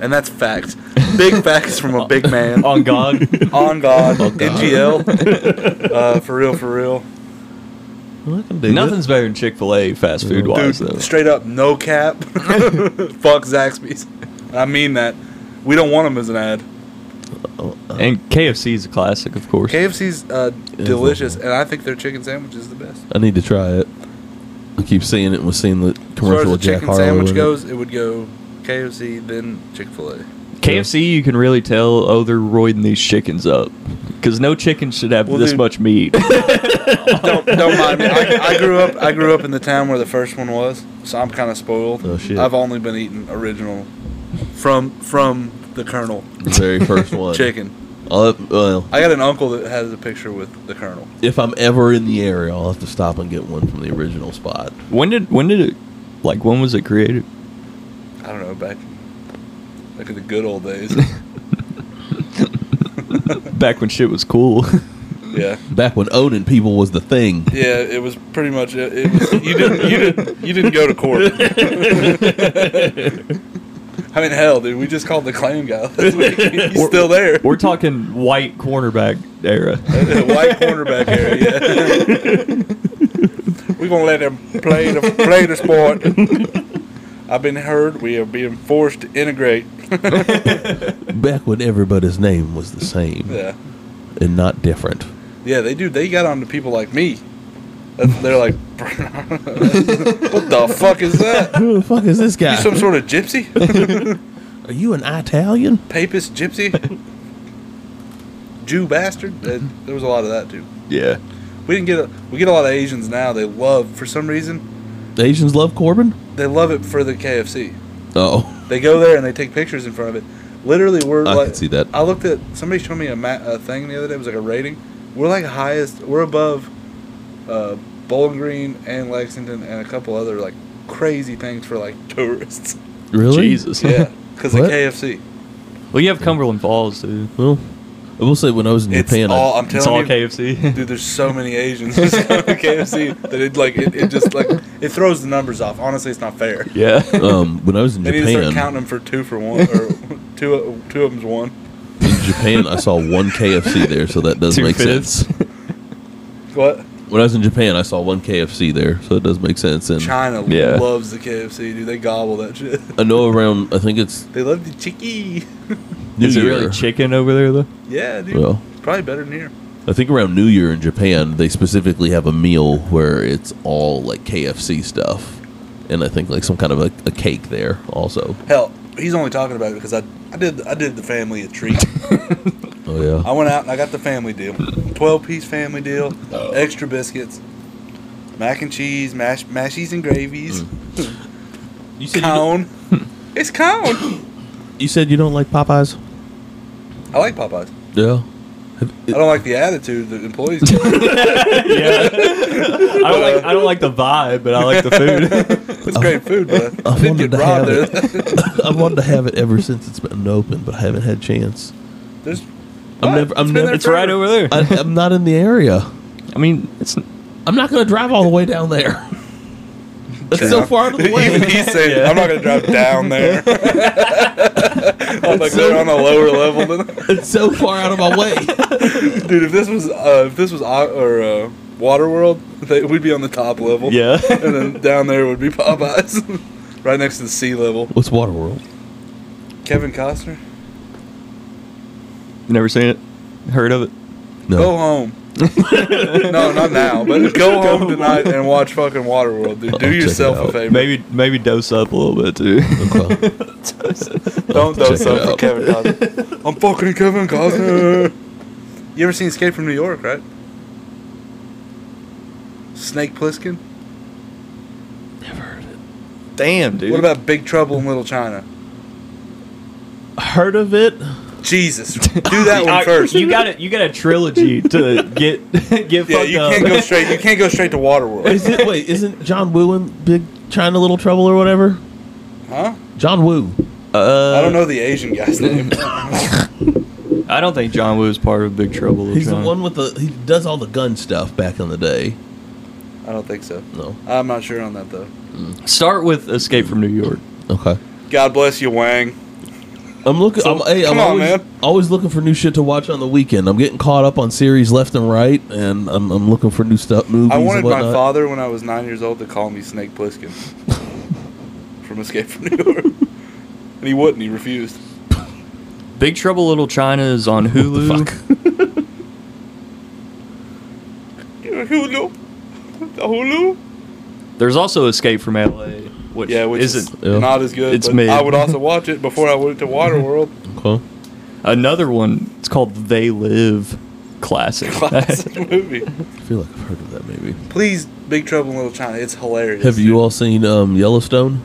Speaker 4: and that's facts. Big facts from a big
Speaker 2: <laughs>
Speaker 4: man.
Speaker 2: On God.
Speaker 4: On God,
Speaker 3: On God.
Speaker 4: NGL, uh, for real, for real,
Speaker 3: well, I can dig it.
Speaker 2: Nothing's better than Chick Fil A fast food
Speaker 4: dude.
Speaker 2: wise though.
Speaker 4: Straight up, no cap. <laughs> Fuck Zaxby's. I mean that. We don't want them as an ad.
Speaker 3: Oh, uh,
Speaker 2: And KFC is a classic, of course.
Speaker 4: KFC's uh,
Speaker 3: Yeah.
Speaker 4: delicious, and I think their chicken sandwich is the best.
Speaker 3: I need to try it. I keep seeing it. and We've seen the
Speaker 4: As far as
Speaker 3: commercial
Speaker 4: the
Speaker 3: with Jack
Speaker 4: chicken
Speaker 3: Harlow.
Speaker 4: sandwich
Speaker 3: in it.
Speaker 4: goes, it would go KFC then Chick Fil A.
Speaker 2: KFC, you can really tell, oh, they're roiding these chickens up. Because no chicken should have
Speaker 4: Well,
Speaker 2: this
Speaker 4: dude-
Speaker 2: much meat.
Speaker 4: <laughs> <laughs> don't, don't mind me. I, I grew up. I grew up in the town where the first one was, so I'm kind of spoiled.
Speaker 3: Oh, shit.
Speaker 4: I've only been eating original from from the Colonel
Speaker 3: the very
Speaker 4: <laughs>
Speaker 3: first one.
Speaker 4: chicken.
Speaker 3: I'll- well,
Speaker 4: I got an uncle that has a picture with the Colonel.
Speaker 3: if I'm ever in the area, I'll have to stop and get one from the original spot.
Speaker 2: when did when did it like when was it created?
Speaker 4: I don't know back back in the good old
Speaker 3: <laughs>
Speaker 4: days.
Speaker 2: Back when shit was cool.
Speaker 4: yeah.
Speaker 3: Back when Odin people was the thing.
Speaker 4: Yeah, it was pretty much it. it was, you didn't you didn't you didn't go to
Speaker 3: <laughs>
Speaker 4: court.
Speaker 2: <laughs>
Speaker 4: I mean, hell, dude, we just called the claim guy. Last week. He's
Speaker 2: Or-
Speaker 4: still there.
Speaker 2: We're talking white cornerback era.
Speaker 4: white cornerback area. We're gonna let them play the play
Speaker 2: <laughs>
Speaker 4: the sport. I've been heard. We are being forced to integrate.
Speaker 3: Back when everybody's name was the same
Speaker 4: yeah,
Speaker 3: and not different.
Speaker 4: yeah, they do. They got on to people like me. That's- They're like, <laughs> what the fuck is that?
Speaker 3: Who the fuck is this
Speaker 4: You
Speaker 3: guy?
Speaker 4: some sort of gypsy, <laughs>
Speaker 3: Are you an Italian?
Speaker 4: papist gypsy, Jew bastard? That- There was a lot of that too.
Speaker 2: <laughs> Yeah.
Speaker 4: We didn't get a, we get a lot of Asians now. They love for some reason
Speaker 3: The Asians love Corbin?
Speaker 4: they love it for the KFC.
Speaker 3: Oh,
Speaker 4: They go there and they take pictures in front of it. Literally, we're
Speaker 3: I
Speaker 4: like,
Speaker 3: can see that.
Speaker 4: I looked at somebody showed me a, ma- a thing the other day. It was like a rating. We're like highest. We're above uh, Bowling Green and Lexington and a couple other like crazy things for like <laughs> tourists.
Speaker 3: Really?
Speaker 2: Jesus. <laughs>
Speaker 4: Yeah, because the
Speaker 3: What?
Speaker 4: KFC.
Speaker 2: Well, you have Cumberland Falls too.
Speaker 3: Well, I will say when I was in
Speaker 4: It's
Speaker 3: Japan, I-
Speaker 4: all. I'm
Speaker 2: It's all
Speaker 4: telling you,
Speaker 2: KFC.
Speaker 4: <laughs> dude. There's so many Asians <laughs> in KFC that it like it, it just like it throws the numbers off. Honestly, it's not fair.
Speaker 2: yeah.
Speaker 3: um, when I was in
Speaker 4: <laughs> They need to start
Speaker 3: Japan,
Speaker 4: counting them for two for one or <laughs> two. Two of them's one.
Speaker 3: in Japan, I saw one KFC there, so that does
Speaker 2: Two
Speaker 3: make
Speaker 2: fifths.
Speaker 3: sense.
Speaker 4: What?
Speaker 3: When I was in Japan, I saw one KFC there, so it does make sense. And
Speaker 4: China
Speaker 2: Yeah.
Speaker 4: loves the KFC, dude. They gobble that shit. <laughs>
Speaker 3: I know around, I think it's
Speaker 4: They love the chicky.
Speaker 3: New
Speaker 2: Is it
Speaker 3: Year.
Speaker 2: really chicken over there
Speaker 4: <laughs>
Speaker 2: though?
Speaker 4: Yeah, dude.
Speaker 3: Well.
Speaker 4: Probably better than here.
Speaker 3: I think around New Year in Japan, they specifically have a meal where it's all like KFC stuff, and I think like some kind of a, a cake there also.
Speaker 4: Hell, he's only talking about it because I, I did I did the family a treat.
Speaker 3: Oh yeah,
Speaker 4: I went out and I got the family deal, twelve piece family deal,
Speaker 3: Oh.
Speaker 4: extra biscuits, mac and cheese, mash mashies and gravies,
Speaker 3: Mm. you said you don't,
Speaker 4: cone.
Speaker 3: <laughs>
Speaker 4: it's cone.
Speaker 3: you said you don't like Popeyes.
Speaker 4: I like Popeyes.
Speaker 3: Yeah,
Speaker 4: I don't like the attitude that
Speaker 3: <laughs>
Speaker 4: employees. Get.
Speaker 2: Yeah. <laughs> I don't like I don't like the vibe, but I like the
Speaker 4: <laughs>
Speaker 2: food.
Speaker 4: It's great food, but
Speaker 3: I've
Speaker 4: I did get
Speaker 3: wanted to
Speaker 4: robbed
Speaker 3: have
Speaker 4: there.
Speaker 3: <laughs> I've wanted to have it ever since it's been open, but I haven't had a chance.
Speaker 4: <laughs> There's,
Speaker 3: I'm
Speaker 4: What?
Speaker 3: never, I'm
Speaker 4: It's been
Speaker 3: never,
Speaker 4: there
Speaker 2: it's right over there.
Speaker 3: I, I'm not in the area.
Speaker 2: I mean, it's
Speaker 3: I'm not gonna drive all the way down there. That's so far
Speaker 4: <laughs>
Speaker 3: out of the
Speaker 4: Even
Speaker 3: way.
Speaker 4: he's saying,
Speaker 2: Yeah.
Speaker 4: I'm not going to drive down there. <laughs> I'm like, they're on a lower level than <laughs>
Speaker 3: It's so far out of my way.
Speaker 4: Dude, if this was, uh, if this was, uh, or, uh, Waterworld, they, we'd be on the top level.
Speaker 2: Yeah.
Speaker 4: and then down there would be <laughs> Popeyes, right next to the sea level.
Speaker 3: What's Waterworld?
Speaker 4: Kevin Costner,
Speaker 2: <laughs> Never seen it. Heard of it.
Speaker 3: No.
Speaker 4: go
Speaker 3: <laughs>
Speaker 4: home. no, not now, but go home tonight and watch fucking Waterworld, dude.
Speaker 3: I'll
Speaker 4: Do
Speaker 3: check it
Speaker 4: yourself
Speaker 3: out.
Speaker 4: a favor.
Speaker 2: Maybe maybe dose up a little bit
Speaker 4: <laughs>
Speaker 2: too. <laughs>
Speaker 3: <laughs> Okay.
Speaker 4: Don't
Speaker 3: Check
Speaker 4: dose
Speaker 3: it
Speaker 4: up for
Speaker 3: out.
Speaker 4: Kevin Costner. <laughs> I'm fucking Kevin Costner. You ever seen Escape from New York, right? Snake Plissken.
Speaker 2: Damn, dude.
Speaker 4: What about Big Trouble in Little China?
Speaker 3: Heard of it?
Speaker 4: Jesus, do that
Speaker 2: All
Speaker 4: one
Speaker 2: right, <laughs>
Speaker 4: first.
Speaker 2: You got it. You got a trilogy
Speaker 4: <laughs>
Speaker 2: to get <laughs> get
Speaker 4: yeah,
Speaker 2: fucked
Speaker 4: you
Speaker 2: up.
Speaker 4: can't go straight. You can't go straight to Waterworld,
Speaker 3: Is it? Wait, isn't John Woo in Big China Little Trouble or whatever?
Speaker 4: huh?
Speaker 3: John Woo.
Speaker 4: I don't know the Asian guy's name. <laughs>
Speaker 2: <laughs> I don't think John Woo is part of Big Trouble. in
Speaker 3: He's the
Speaker 2: China.
Speaker 3: one with the. He does all the gun stuff back in the day.
Speaker 4: I don't think so.
Speaker 3: No.
Speaker 4: I'm not sure on that though.
Speaker 2: Start with Escape from New York.
Speaker 3: Okay.
Speaker 4: God bless you, Wang.
Speaker 3: I'm looking.
Speaker 4: So,
Speaker 3: I'm, hey,
Speaker 4: come
Speaker 3: I'm
Speaker 4: on,
Speaker 3: always,
Speaker 4: man.
Speaker 3: always looking for new shit to watch on the weekend. I'm getting caught up on series left and right, and I'm, I'm looking for new stuff, movies.
Speaker 4: I wanted
Speaker 3: and
Speaker 4: my
Speaker 3: whatnot.
Speaker 4: father when I was nine years old to call me Snake
Speaker 3: <laughs>
Speaker 4: Plissken from Escape from New York, and he wouldn't. He refused.
Speaker 2: Big Trouble Little China is on Hulu.
Speaker 4: Hulu, the Hulu.
Speaker 2: <laughs> There's also Escape from LA, which,
Speaker 4: Yeah, which
Speaker 2: isn't
Speaker 4: is
Speaker 3: Yeah.
Speaker 4: not as good.
Speaker 2: It's
Speaker 4: but
Speaker 2: mid.
Speaker 4: I would also watch it before I went to
Speaker 3: <laughs>
Speaker 4: Waterworld. <laughs>
Speaker 3: Okay.
Speaker 2: another one. It's called They Live, classic.
Speaker 4: Classic movie.
Speaker 3: I feel like I've heard of that movie.
Speaker 4: Please, Big Trouble in Little China. It's hilarious.
Speaker 3: Have you all seen um, Yellowstone?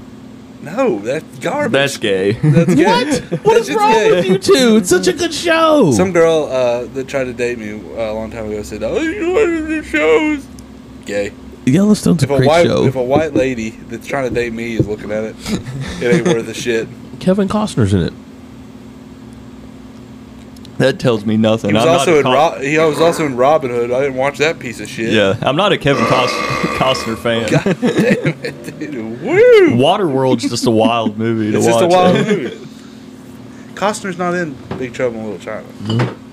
Speaker 4: No, that's
Speaker 2: <laughs>
Speaker 4: garbage.
Speaker 2: That's gay.
Speaker 4: That's gay. <laughs>
Speaker 3: What
Speaker 4: That
Speaker 3: is
Speaker 4: shit's
Speaker 3: wrong
Speaker 4: gay.
Speaker 3: with you two? It's such a good show.
Speaker 4: Some girl uh, that tried to date me uh, a long time ago said, "Oh, you watch the shows." Gay.
Speaker 3: Yellowstone's a
Speaker 4: If a
Speaker 3: great
Speaker 4: white
Speaker 3: show.
Speaker 4: if a white lady that's trying to date me is looking at it, it ain't worth a
Speaker 2: <laughs>
Speaker 4: shit.
Speaker 3: Kevin Costner's in it.
Speaker 2: <laughs> that tells me nothing.
Speaker 4: He was
Speaker 2: I'm not
Speaker 4: also
Speaker 2: a
Speaker 4: in
Speaker 2: Cos-
Speaker 4: Ro- he was also in Robin Hood. I didn't watch that piece of shit.
Speaker 2: Yeah, I'm not a Kevin Cost- Costner fan.
Speaker 4: God <laughs> damn it, dude. Woo!
Speaker 2: Waterworld's just a wild movie to
Speaker 4: It's
Speaker 2: watch.
Speaker 4: just a
Speaker 2: <laughs>
Speaker 4: wild movie. Costner's not in Big Trouble in Little China.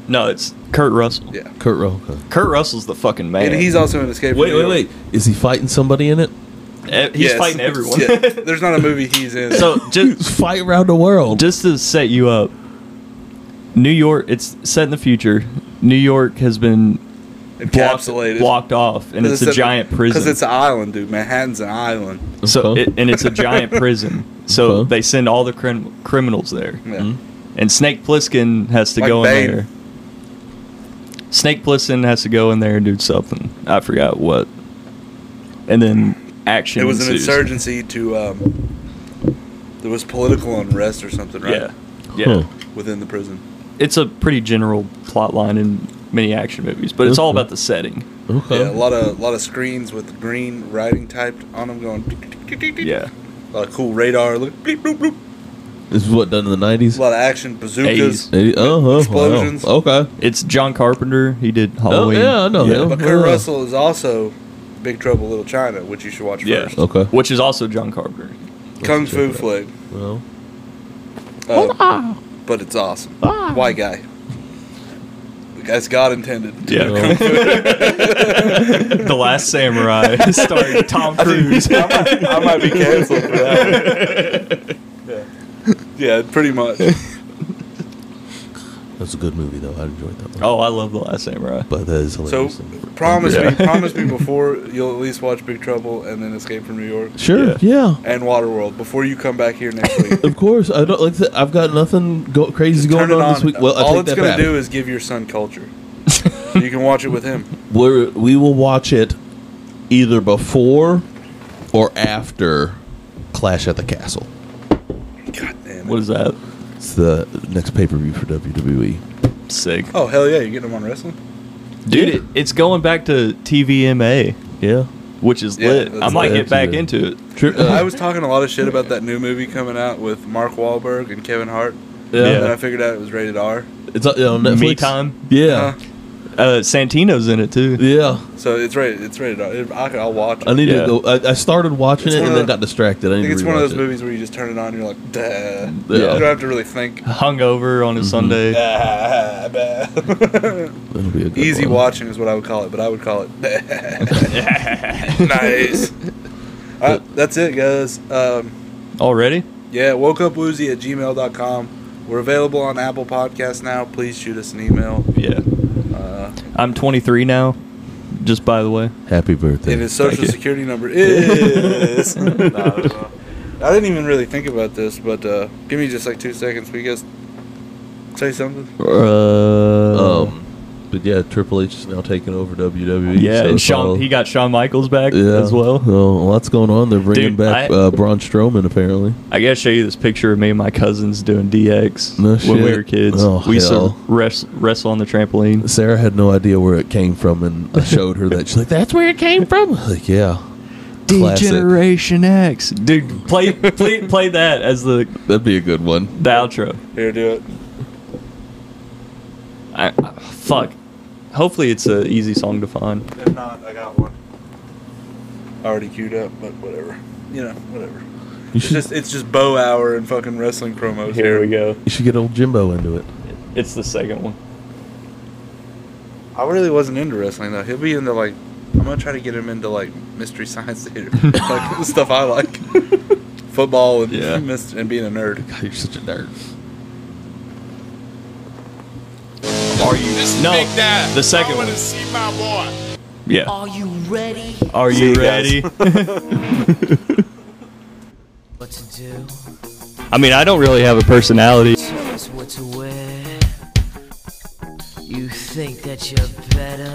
Speaker 2: no, it's Kurt Russell.
Speaker 4: Yeah.
Speaker 3: Kurt Roca.
Speaker 2: Kurt Russell's the fucking man.
Speaker 4: And he's also in Escape. from
Speaker 3: Wait,
Speaker 4: New
Speaker 3: wait,
Speaker 4: York.
Speaker 3: wait. Is he fighting somebody in it?
Speaker 2: E- he's
Speaker 4: Yes.
Speaker 2: fighting everyone. <laughs>
Speaker 4: Yeah. There's not a movie he's in.
Speaker 2: so just
Speaker 3: Fight around the world.
Speaker 2: just to set you up, New York. It's set in the future. New York has been blocked,
Speaker 4: encapsulated.
Speaker 2: blocked off, and it's a giant
Speaker 4: Because
Speaker 2: prison.
Speaker 4: it's an island, dude. Manhattan's an island.
Speaker 2: so
Speaker 3: Okay.
Speaker 2: it, and it's a
Speaker 4: <laughs>
Speaker 2: giant prison. So
Speaker 3: Okay.
Speaker 2: they send all the crim- criminals there,
Speaker 4: Yeah.
Speaker 2: and Snake Plissken has to
Speaker 4: Like
Speaker 2: go
Speaker 4: Bane.
Speaker 2: in there. Snake Plissken has to go in there and do something. I forgot what. And then action.
Speaker 4: It was an
Speaker 2: ensues.
Speaker 4: insurgency to. Um, there was political unrest or something, right?
Speaker 2: Yeah, yeah.
Speaker 3: Huh.
Speaker 4: Within the prison.
Speaker 2: It's a pretty general plot line in many action movies, but it's all
Speaker 3: Okay.
Speaker 2: about the setting.
Speaker 3: Okay.
Speaker 4: Yeah, a lot of lot of screens with green writing typed on them, going. tick, tick, tick, tick, tick.
Speaker 2: Yeah.
Speaker 4: A lot of cool radar. Look, bleep, bloop, bloop.
Speaker 3: This is what done in
Speaker 4: A
Speaker 3: the nineties.
Speaker 4: lot of action, bazookas.
Speaker 2: A's.
Speaker 3: Uh-huh.
Speaker 4: Explosions.
Speaker 3: Wow. Okay.
Speaker 2: It's John Carpenter. He did
Speaker 3: Oh
Speaker 2: Halloween.
Speaker 3: yeah, I know him.
Speaker 4: But Kurt
Speaker 3: Yeah.
Speaker 4: Russell is also Big Trouble in Little China, which you should watch
Speaker 2: Yeah.
Speaker 4: first.
Speaker 3: Okay.
Speaker 2: Which is also John Carpenter.
Speaker 4: Kung Fu flick.
Speaker 3: Well,
Speaker 4: Uh, but it's awesome. Why guy? As God intended. <laughs>
Speaker 2: Yeah. <laughs> the Last Samurai <laughs> starring Tom Cruise.
Speaker 4: I might, I might be canceled for that. One. <laughs> Yeah. yeah, pretty much.
Speaker 3: that's a good movie though. I enjoyed that
Speaker 2: <laughs>
Speaker 3: one.
Speaker 2: oh, I love The Last Samurai.
Speaker 3: But that is
Speaker 4: So
Speaker 3: hilarious.
Speaker 4: promise
Speaker 2: Yeah.
Speaker 4: me, promise me before you'll at least watch Big Trouble and then Escape from New York
Speaker 3: sure.
Speaker 2: Yeah.
Speaker 3: Yeah.
Speaker 4: and Waterworld before you come back here next
Speaker 3: <laughs>
Speaker 4: week.
Speaker 3: Of course. I don't like. I said, I've got nothing go, crazy
Speaker 4: Turn
Speaker 3: going
Speaker 4: it
Speaker 3: on, this week. Well, I
Speaker 4: all
Speaker 3: take
Speaker 4: it's
Speaker 3: that
Speaker 4: gonna
Speaker 3: back.
Speaker 4: do is give your son
Speaker 3: <laughs>
Speaker 4: culture. you can watch it with him.
Speaker 3: We're, we will watch it either before or after Clash at the Castle.
Speaker 4: God damn it.
Speaker 2: What is that?
Speaker 3: It's the next pay per view for E. WWE.
Speaker 2: Sick.
Speaker 4: oh hell yeah! You're getting him on wrestling.
Speaker 2: Dude, it, it's going back to TVMA,
Speaker 3: Yeah.
Speaker 2: which is
Speaker 4: Yeah,
Speaker 2: lit.
Speaker 4: that's
Speaker 2: I might
Speaker 3: lit.
Speaker 2: get back into it.
Speaker 3: Tri- uh, <laughs>
Speaker 4: I was talking a lot of shit about that new movie coming out with Mark Wahlberg and Kevin Hart.
Speaker 3: yeah.
Speaker 4: And then I figured out it was rated R.
Speaker 3: It's on on Netflix.
Speaker 2: Me time.
Speaker 3: Yeah.
Speaker 4: Uh,
Speaker 2: Uh, Santino's in it too.
Speaker 3: Yeah,
Speaker 4: So it's rated. It's rated. R. It- I, will watch it.
Speaker 3: I
Speaker 4: I
Speaker 3: need
Speaker 2: Yeah.
Speaker 3: to go. I, I started watching
Speaker 4: It's
Speaker 3: it
Speaker 4: one
Speaker 3: and
Speaker 4: of
Speaker 3: then
Speaker 4: the-
Speaker 3: got distracted. I, need
Speaker 4: think
Speaker 3: to
Speaker 4: it's one of
Speaker 3: rewatch
Speaker 4: those
Speaker 3: it.
Speaker 4: movies where you just turn it on and you're like, duh. You
Speaker 3: Yeah.
Speaker 4: don't have to really think.
Speaker 2: Hungover on a
Speaker 4: <laughs>
Speaker 2: Sunday.
Speaker 4: Ah, bah.
Speaker 3: That'll be a good
Speaker 4: Easy
Speaker 3: one.
Speaker 4: watching is what I would call it, but I would call it <laughs> nice. Uh, that's it, guys. Um,
Speaker 2: Already?
Speaker 4: yeah, wokeupwoozy at gmail.com. We're available on Apple Podcasts now. Please shoot us an email.
Speaker 2: Yeah.
Speaker 4: Uh,
Speaker 2: I'm 23 now. Just by the way.
Speaker 3: Happy birthday.
Speaker 4: and his social
Speaker 3: Thank you.
Speaker 4: security number
Speaker 3: <laughs>
Speaker 4: is. <laughs>
Speaker 2: <laughs>
Speaker 4: Nah, I don't know. I didn't even really think about this, but uh, give me just like two seconds. We guys say something.
Speaker 2: Uh,
Speaker 3: Um, but yeah, Triple H is now taking over WWE.
Speaker 2: yeah,
Speaker 3: so
Speaker 2: and Shawn,
Speaker 3: follow-
Speaker 2: he got Shawn Michaels back
Speaker 3: yeah.
Speaker 2: as well.
Speaker 3: Oh, lots going on. They're bringing
Speaker 2: Dude,
Speaker 3: back
Speaker 2: I-
Speaker 3: uh, Braun Strowman apparently.
Speaker 2: I gotta show you this picture of me and my cousins doing DX
Speaker 3: No
Speaker 2: when we
Speaker 3: shit.
Speaker 2: were kids.
Speaker 3: Oh,
Speaker 2: we used to
Speaker 3: hell.
Speaker 2: res- wrestle on the trampoline.
Speaker 3: Sarah had no idea where it came from,
Speaker 2: <laughs>
Speaker 3: and I showed her that. She's like, "That's where it came from." I'm Like, yeah, Classic.
Speaker 2: Degeneration X, dude, play play play that as the
Speaker 3: that'd be a good one.
Speaker 2: the outro.
Speaker 4: Here, do it.
Speaker 2: I, fuck. Hopefully, it's an easy song to find.
Speaker 4: If not, I got one. Already queued up, but whatever. You know, whatever.
Speaker 3: You
Speaker 4: It's
Speaker 3: should,
Speaker 4: just it's just bow hour and fucking wrestling promos.
Speaker 2: Here we go.
Speaker 3: you should get old Jimbo into it.
Speaker 2: It's the second one.
Speaker 4: I really wasn't into wrestling though. He'll be into like I'm gonna try to get him into like mystery science theater, like <laughs> the stuff I like, football and <laughs>
Speaker 3: Yeah.
Speaker 4: mis- and being a nerd.
Speaker 3: God, you're such a nerd.
Speaker 2: Are you? No, the second one. Yeah.
Speaker 6: Are you ready?
Speaker 2: Are
Speaker 4: See
Speaker 2: you
Speaker 4: you
Speaker 2: ready?
Speaker 4: guys.
Speaker 2: <laughs>
Speaker 6: What to do?
Speaker 2: I mean, I don't really have a personality.
Speaker 6: Tell us what to wear. You think that you're better?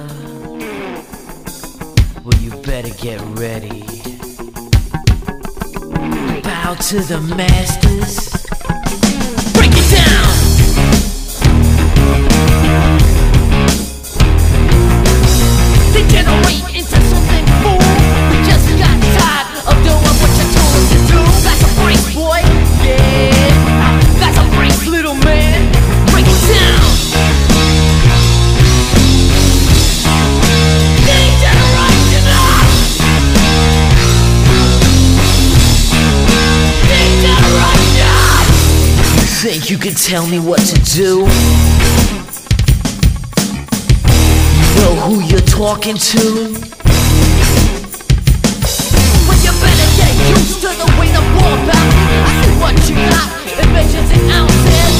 Speaker 6: Well, you better get ready. Bow to the masters. Break it down!
Speaker 7: degenerate into something fool. We just got tired of doing what you're told us to do. That's a break, boy. Yeah, that's a break, little man. Break it down. Degenerational. Degeneration.
Speaker 6: Think you can tell me what to do? Know who you're talking to?
Speaker 7: Well, you better get used to the way the war bounces. I see what you got, it measures in ounces.